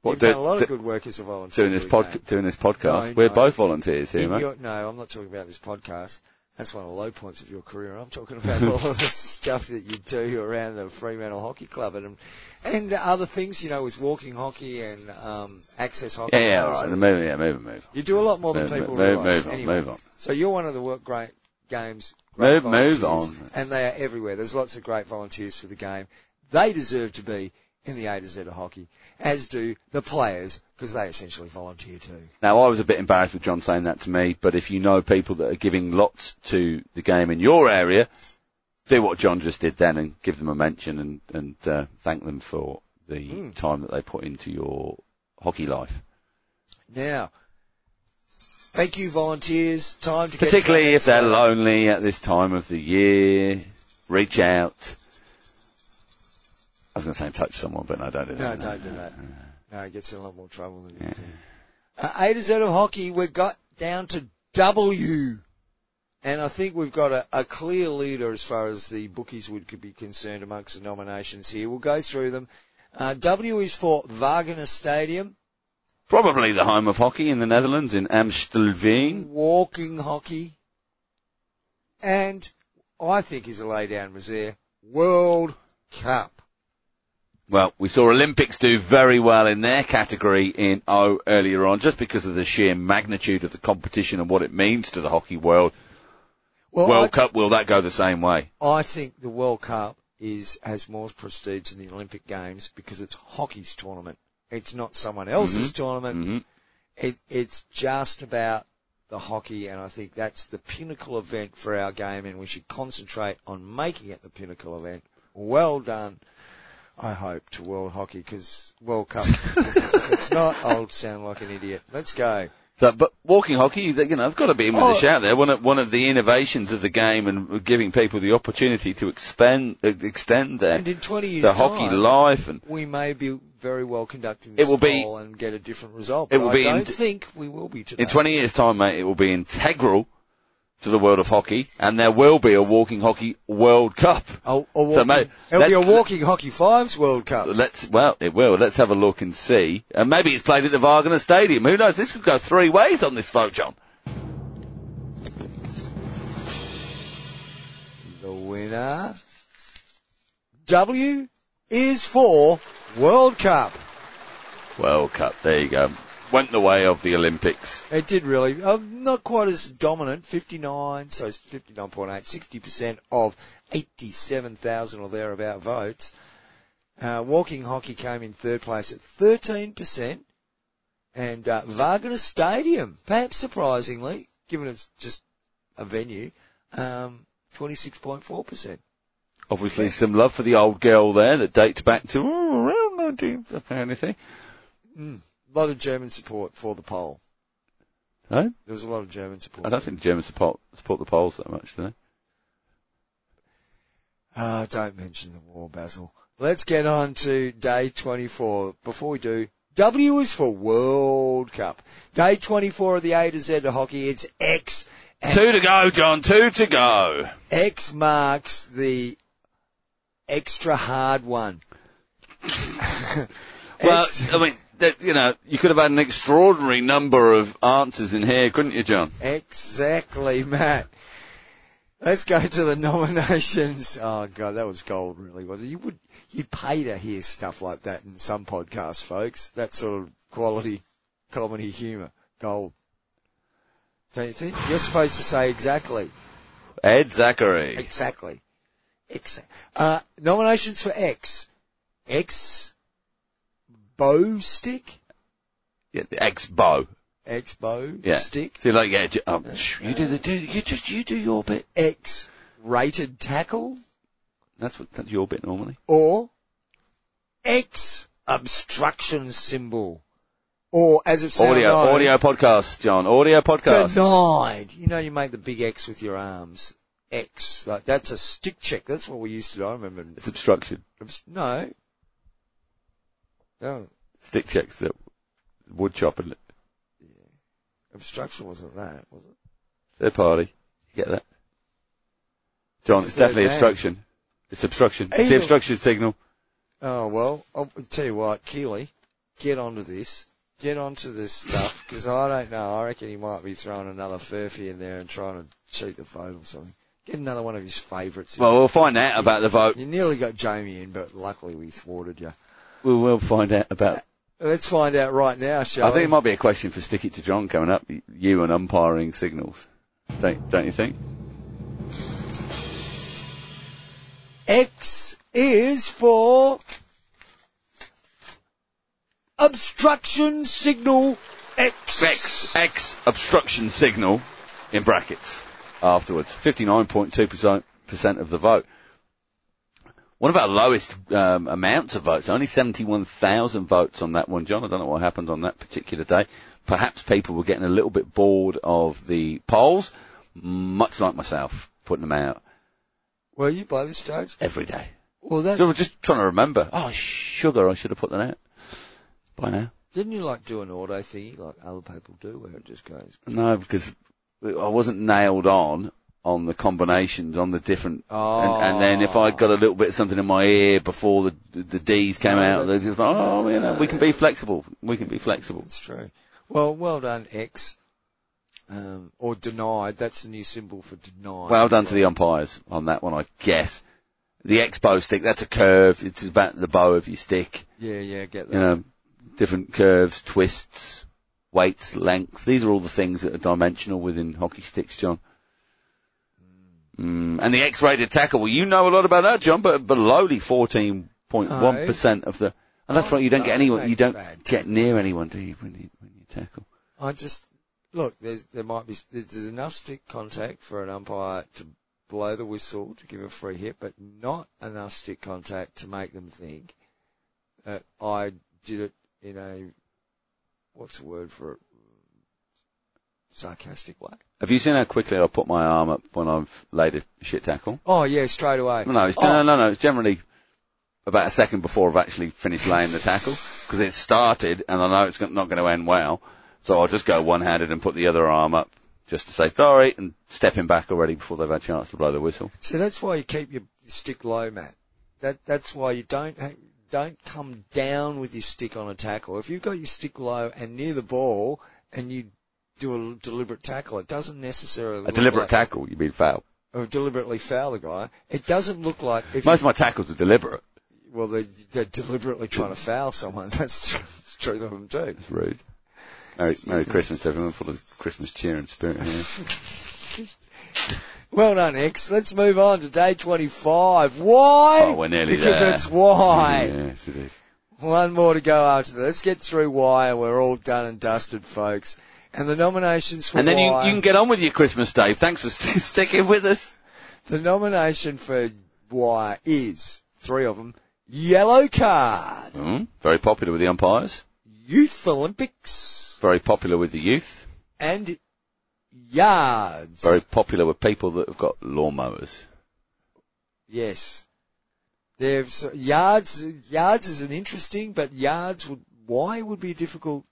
What, you've done do- a lot do- of good work as a volunteer. doing for this the pod, game. doing this podcast. No, We're no. both volunteers here, In mate. your- no, I'm not talking about this podcast. That's one of the low points of your career. I'm talking about all of the [LAUGHS] stuff that you do around the Fremantle Hockey Club and and other things, you know, with walking hockey and um, access hockey. Yeah, yeah, Those all right. are- Move, yeah, move, move. You do a lot more than Move, people move, realise. move on, anyway. move on. So you're one of the work great games. Move- Great move volunteers, on. And they are everywhere. There's lots of great volunteers for the game. They deserve to be in the A to Z of hockey, as do the players, because they essentially volunteer too. Now, I was a bit embarrassed with John saying that to me, but if you know people that are giving lots to the game in your area, do what John just did then and give them a mention and, and uh, thank them for the Hmm. time that they put into your hockey life. Now, thank you, volunteers. Time to get Particularly to if the they're next level. lonely at this time of the year, reach out. I was going to say touch someone, but no, don't do No, that. don't do that. No, it gets in a lot more trouble than you think. Uh, a to Z of hockey, we got down to W. And I think we've got a, a clear leader as far as the bookies would could be concerned amongst the nominations here. We'll go through them. Uh, w is for Wagner Stadium, Probably the home of hockey in the Netherlands, in Amstelveen. walking hockey, and I think is a lay down was there, World Cup. Well, we saw Olympics do very well in their category in O earlier on, just because of the sheer magnitude of the competition and what it means to the hockey world. Well, World I- Cup, will that go the same way? I think the World Cup is has more prestige than the Olympic Games because it's hockey's tournament. It's not someone else's tournament. Mhm. It, it's just about the hockey, and I think that's the pinnacle event for our game, and we should concentrate on making it the pinnacle event. Well done, I hope, to World Hockey because World Cup. [LAUGHS] if it's not, I'll sound like an idiot. Let's go. So, but walking hockey, you you know, I've got to be in with Oh. the shout there. One of, one of the innovations of the game and giving people the opportunity to expand, uh, extend their, And in 20 years' their hockey time, life and we may be very well conducting It this will be- poll and get a different result. it but will I be in don't d- think we will be today. In 20 years' time, mate, it will be integral to the world of hockey, and there will be a walking hockey World Cup. A, Oh, a walking, mate, it'll be a let's- walking hockey fives World Cup. Let's, well, it will. Let's have a look and see. And maybe it's played at the Wagner Stadium. Who knows? This could go three ways on this vote, John. The winner W is for World Cup. World Cup. There you go. Went the way of the Olympics. It did really. Um, not quite as dominant. 59, so it's 59.8, 60% of 87,000 or thereabout votes. Uh, walking hockey came in third place at 13%. And uh, Wagner Stadium, perhaps surprisingly, given it's just a venue, um, 26.4%. Obviously, some love for the old girl there that dates back to oh, around 19th, apparently. A lot of German support for the poll. Huh? There was a lot of German support. I don't think the Germans support, support the Poles that much, do they? Ah, don't mention the war, Basil. Let's get on to day 24. Before we do, W is for World Cup. Day 24 of the A to Z of hockey. It's X. And Two to go, John. Two to go. X marks the extra hard one. [LAUGHS] Well, X, I mean, that, you know, you could have had an extraordinary number of answers in here, couldn't you, John? exactly, Matt. Let's go to the [LAUGHS] nominations. Oh god, that was gold, really, wasn't it? You would, you'd pay to hear stuff like that in some podcasts, folks. That sort of quality comedy humour. gold. Don't you think? You're supposed to say exactly. Ed Zachary. Exactly. Exactly. Uh, nominations for X. X. Bow stick? Yeah, the ex-Bo. X bow Yeah. stick? So you're like, yeah, j- um, shh, you do the, do, you just, you do your bit. X rated tackle? That's what, that's your bit normally. Or X obstruction symbol? Or as it's Audio, audio podcast, John. Audio podcast. denied. You know, you make the big X with your arms. X. Like, that's a stick check. That's what we used to do. I remember. It's obstruction. No. No. Stick checks that wood chop and Obstruction wasn't that, was it? third party. You get that? John, it's, It's their definitely name. obstruction. It's obstruction. It's the Even- obstruction signal. Oh, well, I'll tell you what, Keeley, get onto this. Get onto this stuff, because I don't know. I reckon he might be throwing another furphy in there and trying to cheat the vote or something. Get another one of his favourites. in. Well, we'll find out about the vote. you nearly got Jamie in, but luckily we thwarted you. We will find out about. Let's find out right now, shall I think we? it might be a question for Stick It to John coming up. You and umpiring signals. Don't, don't you think? X is for obstruction signal X. X, X obstruction signal in brackets afterwards. 59.2% of the vote. One of our lowest um, amounts of votes. Only 71,000 votes on that one, John. I don't know what happened on that particular day. Perhaps people were getting a little bit bored of the polls, much like myself, putting them out Were you by this stage? every day. Well, that So we're just trying to remember. Oh, sugar, I should have put that out by now. didn't you like do an auto thingy like other people do, where it just goes. No, because I wasn't nailed on on the combinations, on the different. Oh, And, and then if I got a little bit of something in my ear before the the, the D's came out, they just like, oh, you know, we can be flexible. We can be flexible. that's true. Well, well done, X. Um, or denied. That's the new symbol for denied. Well done to the umpires on that one, I guess. The expo stick, that's a curve. It's about the bow of your stick. yeah, yeah, get that. you know, different curves, twists, weights, length. These are all the things that are dimensional within hockey sticks, John. Mm. And the X-rated tackle. Well, you know a lot about that, John, but, but lowly 14.1% of the. And that's Oh, right. You don't no, get anyone. that's You don't bad. get near anyone, do you? When you when you tackle. I just look. There's there might be there's there's enough stick contact for an umpire to blow the whistle to give a free hit, but not enough stick contact to make them think that I did it in a what's the word for it sarcastic way. Have you seen how quickly I put my arm up when I've laid a shit tackle? Oh yeah, straight away. No, it's, oh, no, no, no. It's generally about a second before I've actually finished laying the tackle because it started and I know it's go- not going to end well. So I'll just go one-handed and put the other arm up just to say sorry and step him back already before they've had a chance to blow the whistle. So that's why you keep your stick low, Matt. That that's why you don't ha- don't come down with your stick on a tackle. If you've got your stick low and near the ball, and you do a l- deliberate tackle, it doesn't necessarily A look deliberate like, tackle, you mean foul. or deliberately foul the guy. It doesn't look like if Most of my tackles are deliberate. you, well they they're deliberately trying to foul someone. [LAUGHS] That's true, true of them too. It's rude. Merry, Merry Christmas, everyone, full of Christmas cheer and spirit here. Well done, X. Let's move on to day twenty five. Why? Oh, we're nearly because there. it's why. Yes, it is. One more to go after that. Let's get through why and we're all done and dusted, folks. And the nominations for And then you, why, you can get on with your Christmas day. Thanks for [LAUGHS] st- sticking with us. the nomination for why is three of them: yellow card, Mm, very popular with the umpires. youth Olympics, Very popular with the youth. and yards. very popular with people that have got lawnmowers. Yes, they've so, yards. Yards is an interesting, but yards would why would be a difficult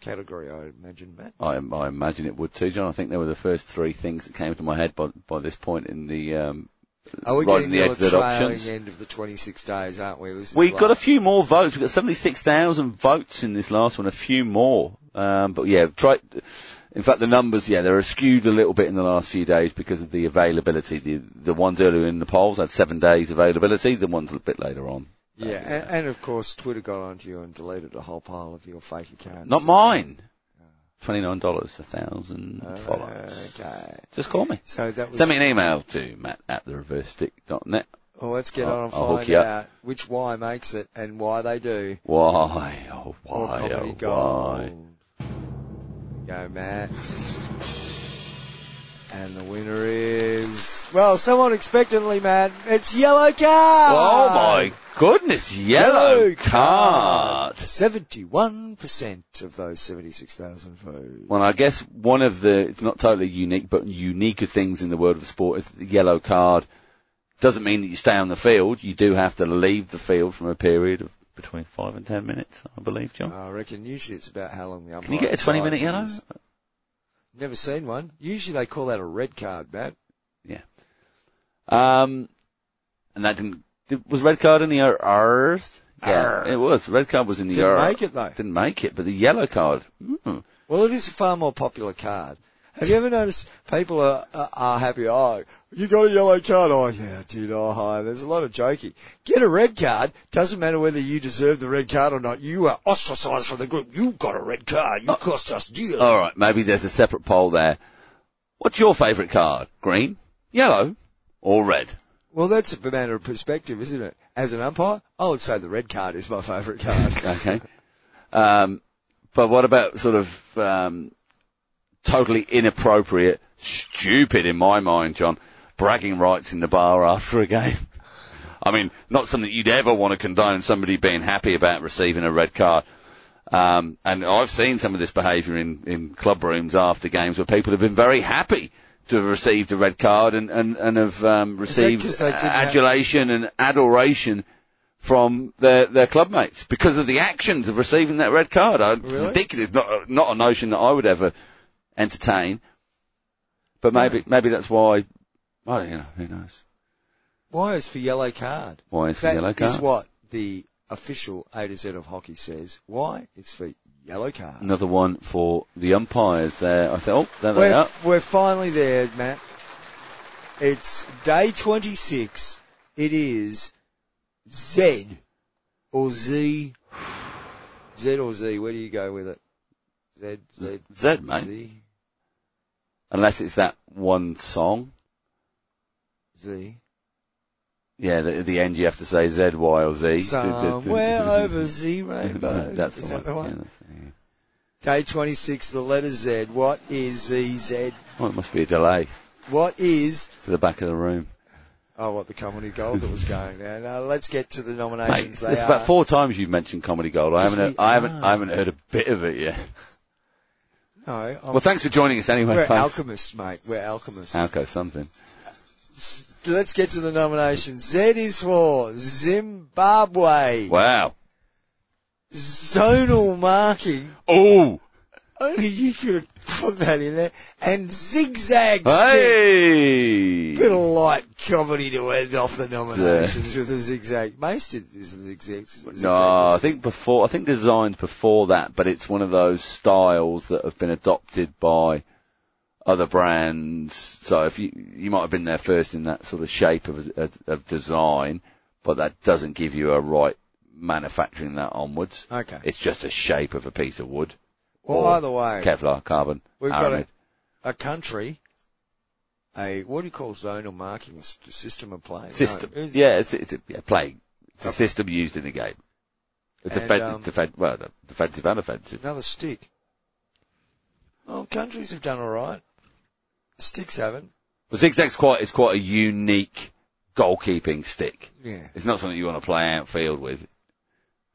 category, I imagine, Matt. I, I imagine it would too, John. I think they were the first three things that came to my head by, by this point in the. Um, Are we Right getting in the to exit trailing options. end of the twenty-six days, aren't we? This is we like- got a few more votes. We got seventy-six thousand votes in this last one. A few more, um, but yeah, try. In fact, the numbers, yeah, they're skewed a little bit in the last few days because of the availability. The the ones earlier in the polls had seven days availability. The ones a bit later on. Yeah, and, and of course Twitter got onto you and deleted a whole pile of your fake accounts. Not mine. $29 a thousand follows. Okay. Uh, Just call me. Oh, So that was. Send me an email to matt at the dot net. well, let's get I'll- on and I'll hook find you up. out which why makes it and why they do. Why, oh Or why, comedy oh why. gold. Go, Matt. And the winner is well, somewhat expectantly, Matt. It's yellow card. Oh my goodness, yellow, card. Seventy-one percent of those seventy-six thousand votes. Well, I guess one of the, it's not totally unique, but unique things in the world of sport is that the yellow card doesn't mean that you stay on the field. You do have to leave the field from a period of between five and ten minutes, I believe, John. I reckon usually it's about how long the umpire. Can you get a 20 minute yellow? decides. Never seen one. Usually they call that a red card, Matt. Um, and that didn't, did, was red card in the Rs? Yeah, Arr. it was. Red card was in the Didn't Rs. make it though. Didn't make it, but the yellow card, mm, Well, it is a far more popular card. Have you ever noticed people are, are, are happy? Oh, you got a yellow card. Oh yeah, dude. Oh hi. There's a lot of joking. Get a red card. Doesn't matter whether you deserve the red card or not. You are ostracized from the group. You got a red card. Oh. You cost us dear. All right, maybe there's a separate poll there. What's your favourite card? Green, yellow, or red? Well, that's a matter of perspective, isn't it? As an umpire, I would say the red card is my favourite card. [LAUGHS] Okay. Um, but what about sort of um, totally inappropriate, stupid in my mind, John, bragging rights in the bar after a game? I mean, not something you'd ever want to condone. Somebody being happy about receiving a red card. Um, and I've seen some of this behaviour in, in club rooms after games where people have been very happy to have received a red card and, and, and have um, received 'cause they didn't have- adulation and adoration from their, their club mates because of the actions of receiving that red card. I, Really? Ridiculous. Not, not a notion that I would ever entertain. But maybe, maybe that's why, well, you know, who knows? Why is for yellow card? Why is the That yellow is card? what the official A to Z of hockey says. Why? It's for yellow card. Another one for the umpires there. I thought, oh, there they We're, are. we're finally there, Matt. It's day 26. It is Z or Z. Z or Z. Where do you go with it? Z, Z, Zed, mate. Z, Unless it's that one song. Z. Yeah, the, at the end you have to say Z, Y, or Z. [LAUGHS] Somewhere over Z rainbow. That's is the that the one. one? Yeah, that's the- yeah. Day 26, the letter Z. What is ZZ? Oh, it must be a delay What is, to the back of the room. oh, what the comedy gold that was going there. Now let's get to the Mate, nominations. it's They are- about four times you've mentioned Comedy Gold. I Yes, haven't, heard, we I haven't, are. I haven't heard a bit of it yet. No, I'm- Well, thanks for joining us anyway. We're folks. alchemists, mate. We're alchemists. Alco something. S- Let's get to the nominations. Z is for Zimbabwe. Wow. Zonal marking. Oh, Only you could have put that in there. And zigzag stick. hey! Bit of light comedy to end off the nominations with a zigzag. Most of is the zigzag. zigzag No, I think before, I think designed before that, but it's one of those styles that have been adopted by other brands. So if you, you might have been there first in that sort of shape of, of, of design, but that doesn't give you a right manufacturing that onwards. Okay. It's just a shape of a piece of wood. well, or either way, Kevlar, carbon, We've got aramid. a country, a, what do you call zonal marking? A s- system of play? No, system. it's- yeah, it's, it's a yeah, play. It's a system used in the game. It's And, defen- um, defen- well, no, defensive and offensive. Another stick. Well, countries have done all right. Sticks haven't. Well, zigzag's quite is quite a unique goalkeeping stick. Yeah. It's not something you want to play outfield with.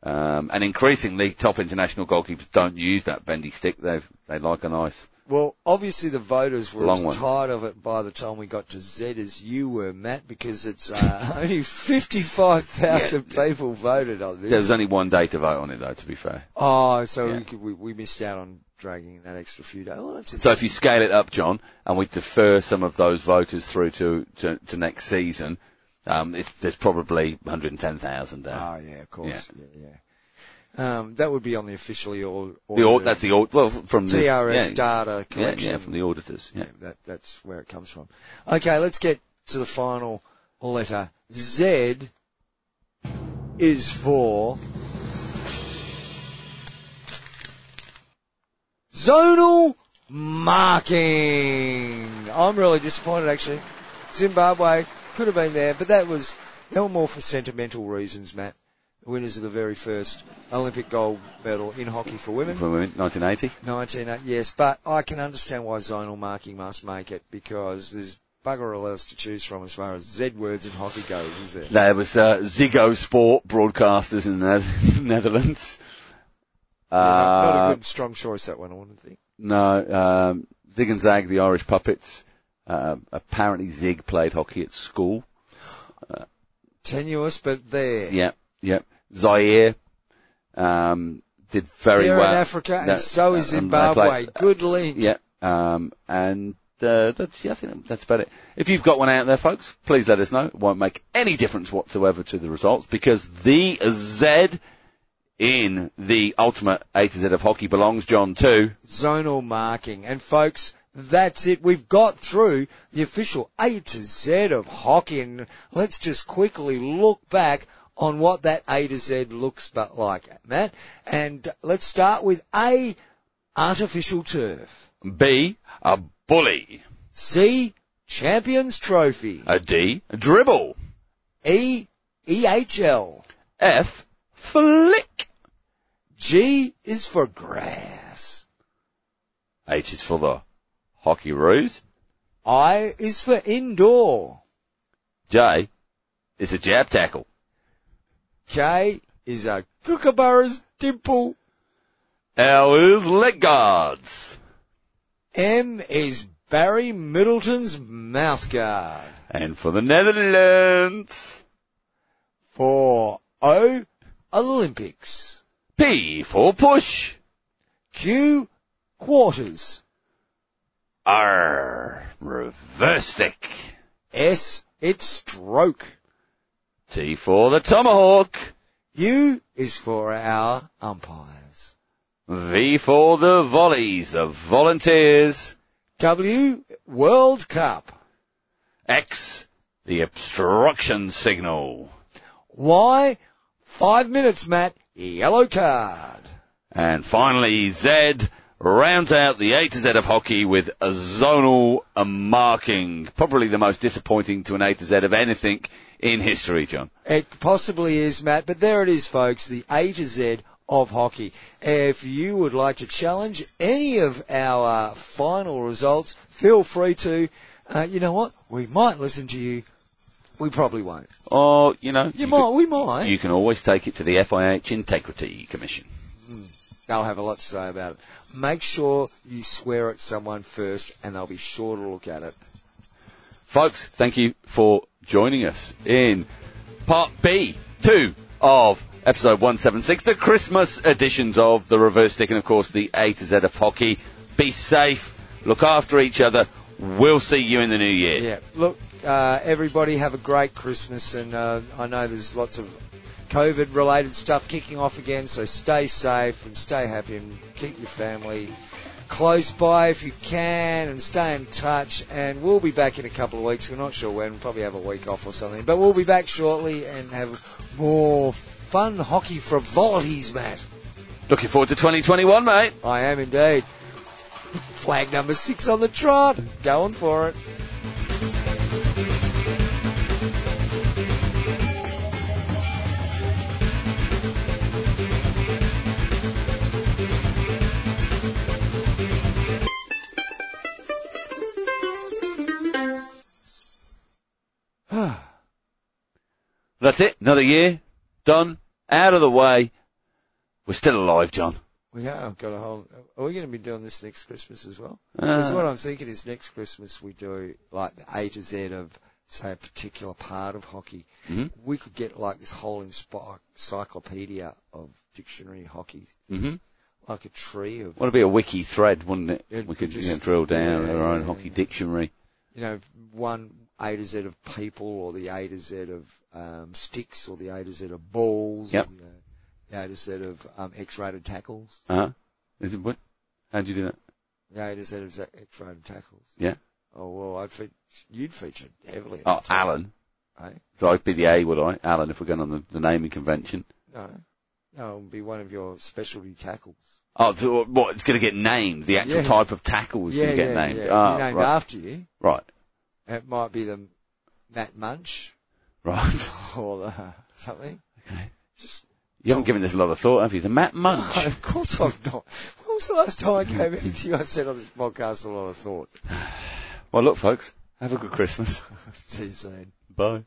Um, and increasingly, top international goalkeepers don't use that bendy stick. They they like a nice. Well, obviously the voters were Long as one. tired of it by the time we got to Z as you were, Matt, because it's uh, [LAUGHS] only 55,000 people voted on There was this. only one day to vote on it, though. To be fair, oh, so Yeah. we, could- we, we missed out on dragging that extra few days. Well, that's a so if you scale it up, John, and we defer some of those voters through to to, to next season, um, it's, there's probably 110,000 there. Oh, yeah, of course. Yeah, yeah. Um, that would be on the officially or, or The au- that's the au- well f- from the TRS yeah, data yeah, yeah, collection. from the auditors. Yeah. Yeah, that, that's where it comes from. Okay, let's get to the final letter. Z is for zonal marking. I'm really disappointed actually. Zimbabwe could have been there, but that was, they were more for sentimental reasons, Matt. The winners of the very first Olympic gold medal in hockey for women. From 1980. 19, uh, yes, but I can understand why zonal marking must make it because there's bugger all else to choose from as far as Z words in hockey goes, is there? There was uh, Ziggo Sport broadcasters in the Ne- [LAUGHS] Netherlands. Uh, Not a good, strong choice, that one, I wouldn't think. No, um, Zig and Zag, the Irish puppets. Uh, apparently, Zig played hockey at school. Tenuous, but there. Yep, yep. Zaire um, did very They're well. in Africa, and No, so is um, they Zimbabwe. played- good link. Yeah, um, and uh, that's yeah, I think that's about it. If you've got one out there, folks, please let us know. It won't make any difference whatsoever to the results because the Z in the ultimate A to Z of hockey belongs John to Zonal marking. And folks, that's it. We've got through the official A to Z of hockey. And let's just quickly look back on what that A to Z looks but like, Matt. And let's start with A, artificial turf. B a bully, C, champions trophy. a D a dribble, E, EHL. F flick, G is for grass. H is for the hockey ruse, I is for indoor. J is a jab tackle, J is a kookaburra's dimple. L is leg guards, M is Barry Middleton's mouthguard. and for the Netherlands. For O, Olympics. P for push. Q, quarters. R reverse stick. S, it's stroke. T for the tomahawk. U is for our umpires. V for the volleys, the volunteers. W, World Cup. X, the obstruction signal. Y, five minutes, Matt. Yellow card. And finally, Z rounds out the A to Z of hockey with a zonal marking. Probably the most disappointing to an A to Z of anything in history, John. It possibly is, Matt, but there it is, folks. The A to Z of hockey. If you would like to challenge any of our uh, final results, feel free to. Uh, you know what? We might listen to you. We probably won't. Or, Oh, you know, You you might. we could- might. you can always take it to the FIH Integrity Commission. They'll have a lot to say about it. Make sure you swear at someone first, and they'll be sure to look at it. Folks, thank you for joining us in part B2 of episode 176, the Christmas editions of the Reverse Stick and, of course, the A to Z of hockey. Be safe, look after each other. We'll see you in the new year. Yeah. Look, uh, everybody have a great Christmas, and uh, I know there's lots of COVID-related stuff kicking off again. So stay safe and stay happy, and keep your family close by if you can, and stay in touch. And we'll be back in a couple of weeks. We're not sure when. We'll probably have a week off or something, but we'll be back shortly and have more fun hockey frivolities, Matt. Looking forward to 2021, mate. I am indeed. Flag number six on the trot. Going for it. [SIGHS] That's it. Another year. Done. Out of the way. We're still alive, John. We have got a whole. Are we going to be doing this next Christmas as well? Uh, Because what I'm thinking is next Christmas we do like the A to Z of say a particular part of hockey. Mhm. We could get like this whole enspi- encyclopedia of dictionary hockey, mhm. like a tree of Well, it'd be a wiki thread, wouldn't it? It'd we could just- you know, drill down yeah, our own yeah, hockey yeah. dictionary. you know one A to Z of people or the A to Z of um, sticks or the A to Z of balls. Yep. Or the, the A to Z of um, X-rated tackles. Uh-huh. Is it what? How'd you do that? The A to Z of X-rated tackles. Yeah. Oh well, I'd fe- you'd featured heavily. in Oh, that, Alan. eh? So I'd be the A, would I? Alan, if we're going on the, the naming convention. No. No, it would be one of your specialty tackles. Oh, so what? It's going to get named. The actual Yeah. type of tackle is yeah, going to get yeah, named. yeah. Ah, Be named right, after you. right, It might be the Matt [LAUGHS] Munch right. or the something. Okay. Just You haven't given this a lot of thought, have you? The Matt [LAUGHS] Munch. no, of course I've not. When was the last time I gave [LAUGHS] anything to you? I said on this podcast a lot of thought. [LAUGHS] Well, look, folks, have a good Christmas. See you soon. Bye.